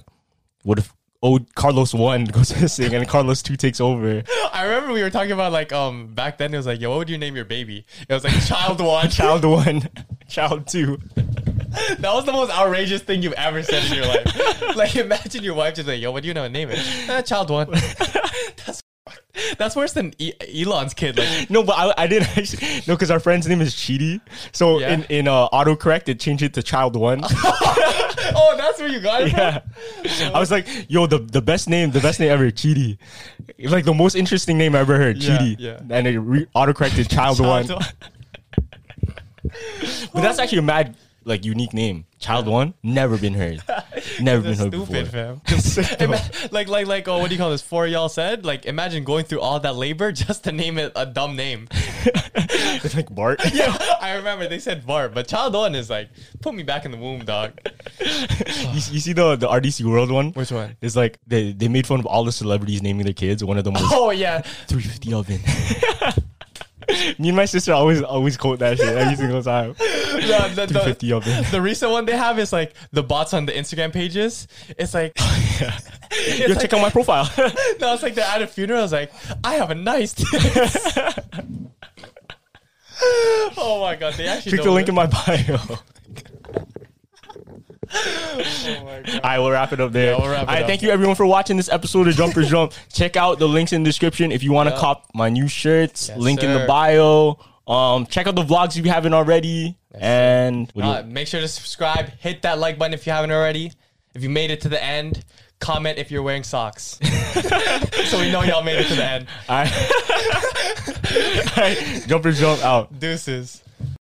A: what if oh Carlos one goes missing and Carlos two takes over?
B: I remember we were talking about like um back then it was like, yo, what would you name your baby? It was like child one.
A: Child one, child two.
B: That was the most outrageous thing you've ever said in your life. like, imagine your wife just like, "Yo, what do you know? Name it, "Ah, child one." that's that's worse than e- Elon's kid. Like,
A: No, but I, I didn't actually. No, because our friend's name is Chidi. So
B: Yeah.
A: in in uh, autocorrect, it changed it to child one.
B: oh, that's where you got it.
A: Yeah. I was like, yo, the, the best name, the best name ever, Chidi. Like the most interesting name I ever heard,
B: Yeah,
A: Chidi.
B: yeah.
A: And it re- autocorrected child,
B: From?
A: one.
B: Child one.
A: But that's actually a mad, like, unique name. Child one, never been heard. Never been
B: That's
A: heard
B: stupid,
A: before.
B: fam.
A: Sick, bro.
B: Ima- like, like, like, oh, what do you call this? Four y'all said. Like, imagine going through all that labor just to name it a dumb name.
A: it's like Bart.
B: yeah, I remember they said Bart, but child one is like, put me back in the womb, dog.
A: you, you see the, the RDC World one?
B: Which one?
A: It's like they, they made fun of all the celebrities naming their kids. One of them was
B: Oh yeah,
A: 350 oven. Me and my sister always always quote that shit every single time.
B: the, the, the,
A: 350 oven.
B: The recent one they have is like the bots on the Instagram pages. It's like, it's
A: Yo,
B: like-
A: check out my profile.
B: No, it's like they're at a funeral. It's like, I have a nice. day." oh my god, they actually.
A: Click the
B: know
A: link in
B: what-
A: my bio.
B: oh my god.
A: All right, we'll wrap it up there.
B: Yeah, we'll wrap it
A: All right,
B: up.
A: thank you everyone for watching this episode of Jumpers Jump. Check out the links in the description if you want to
B: Yeah.
A: cop my new shirts.
B: Yes,
A: link in the
B: sir.
A: bio. Um, check out the vlogs if you haven't already. and what do you-
B: Uh, make sure to subscribe. Hit that like button if you haven't already. If you made it to the end, comment if you're wearing socks. so we know y'all made it to the end.
A: all right, All right, Jumpers Jump out.
B: Deuces.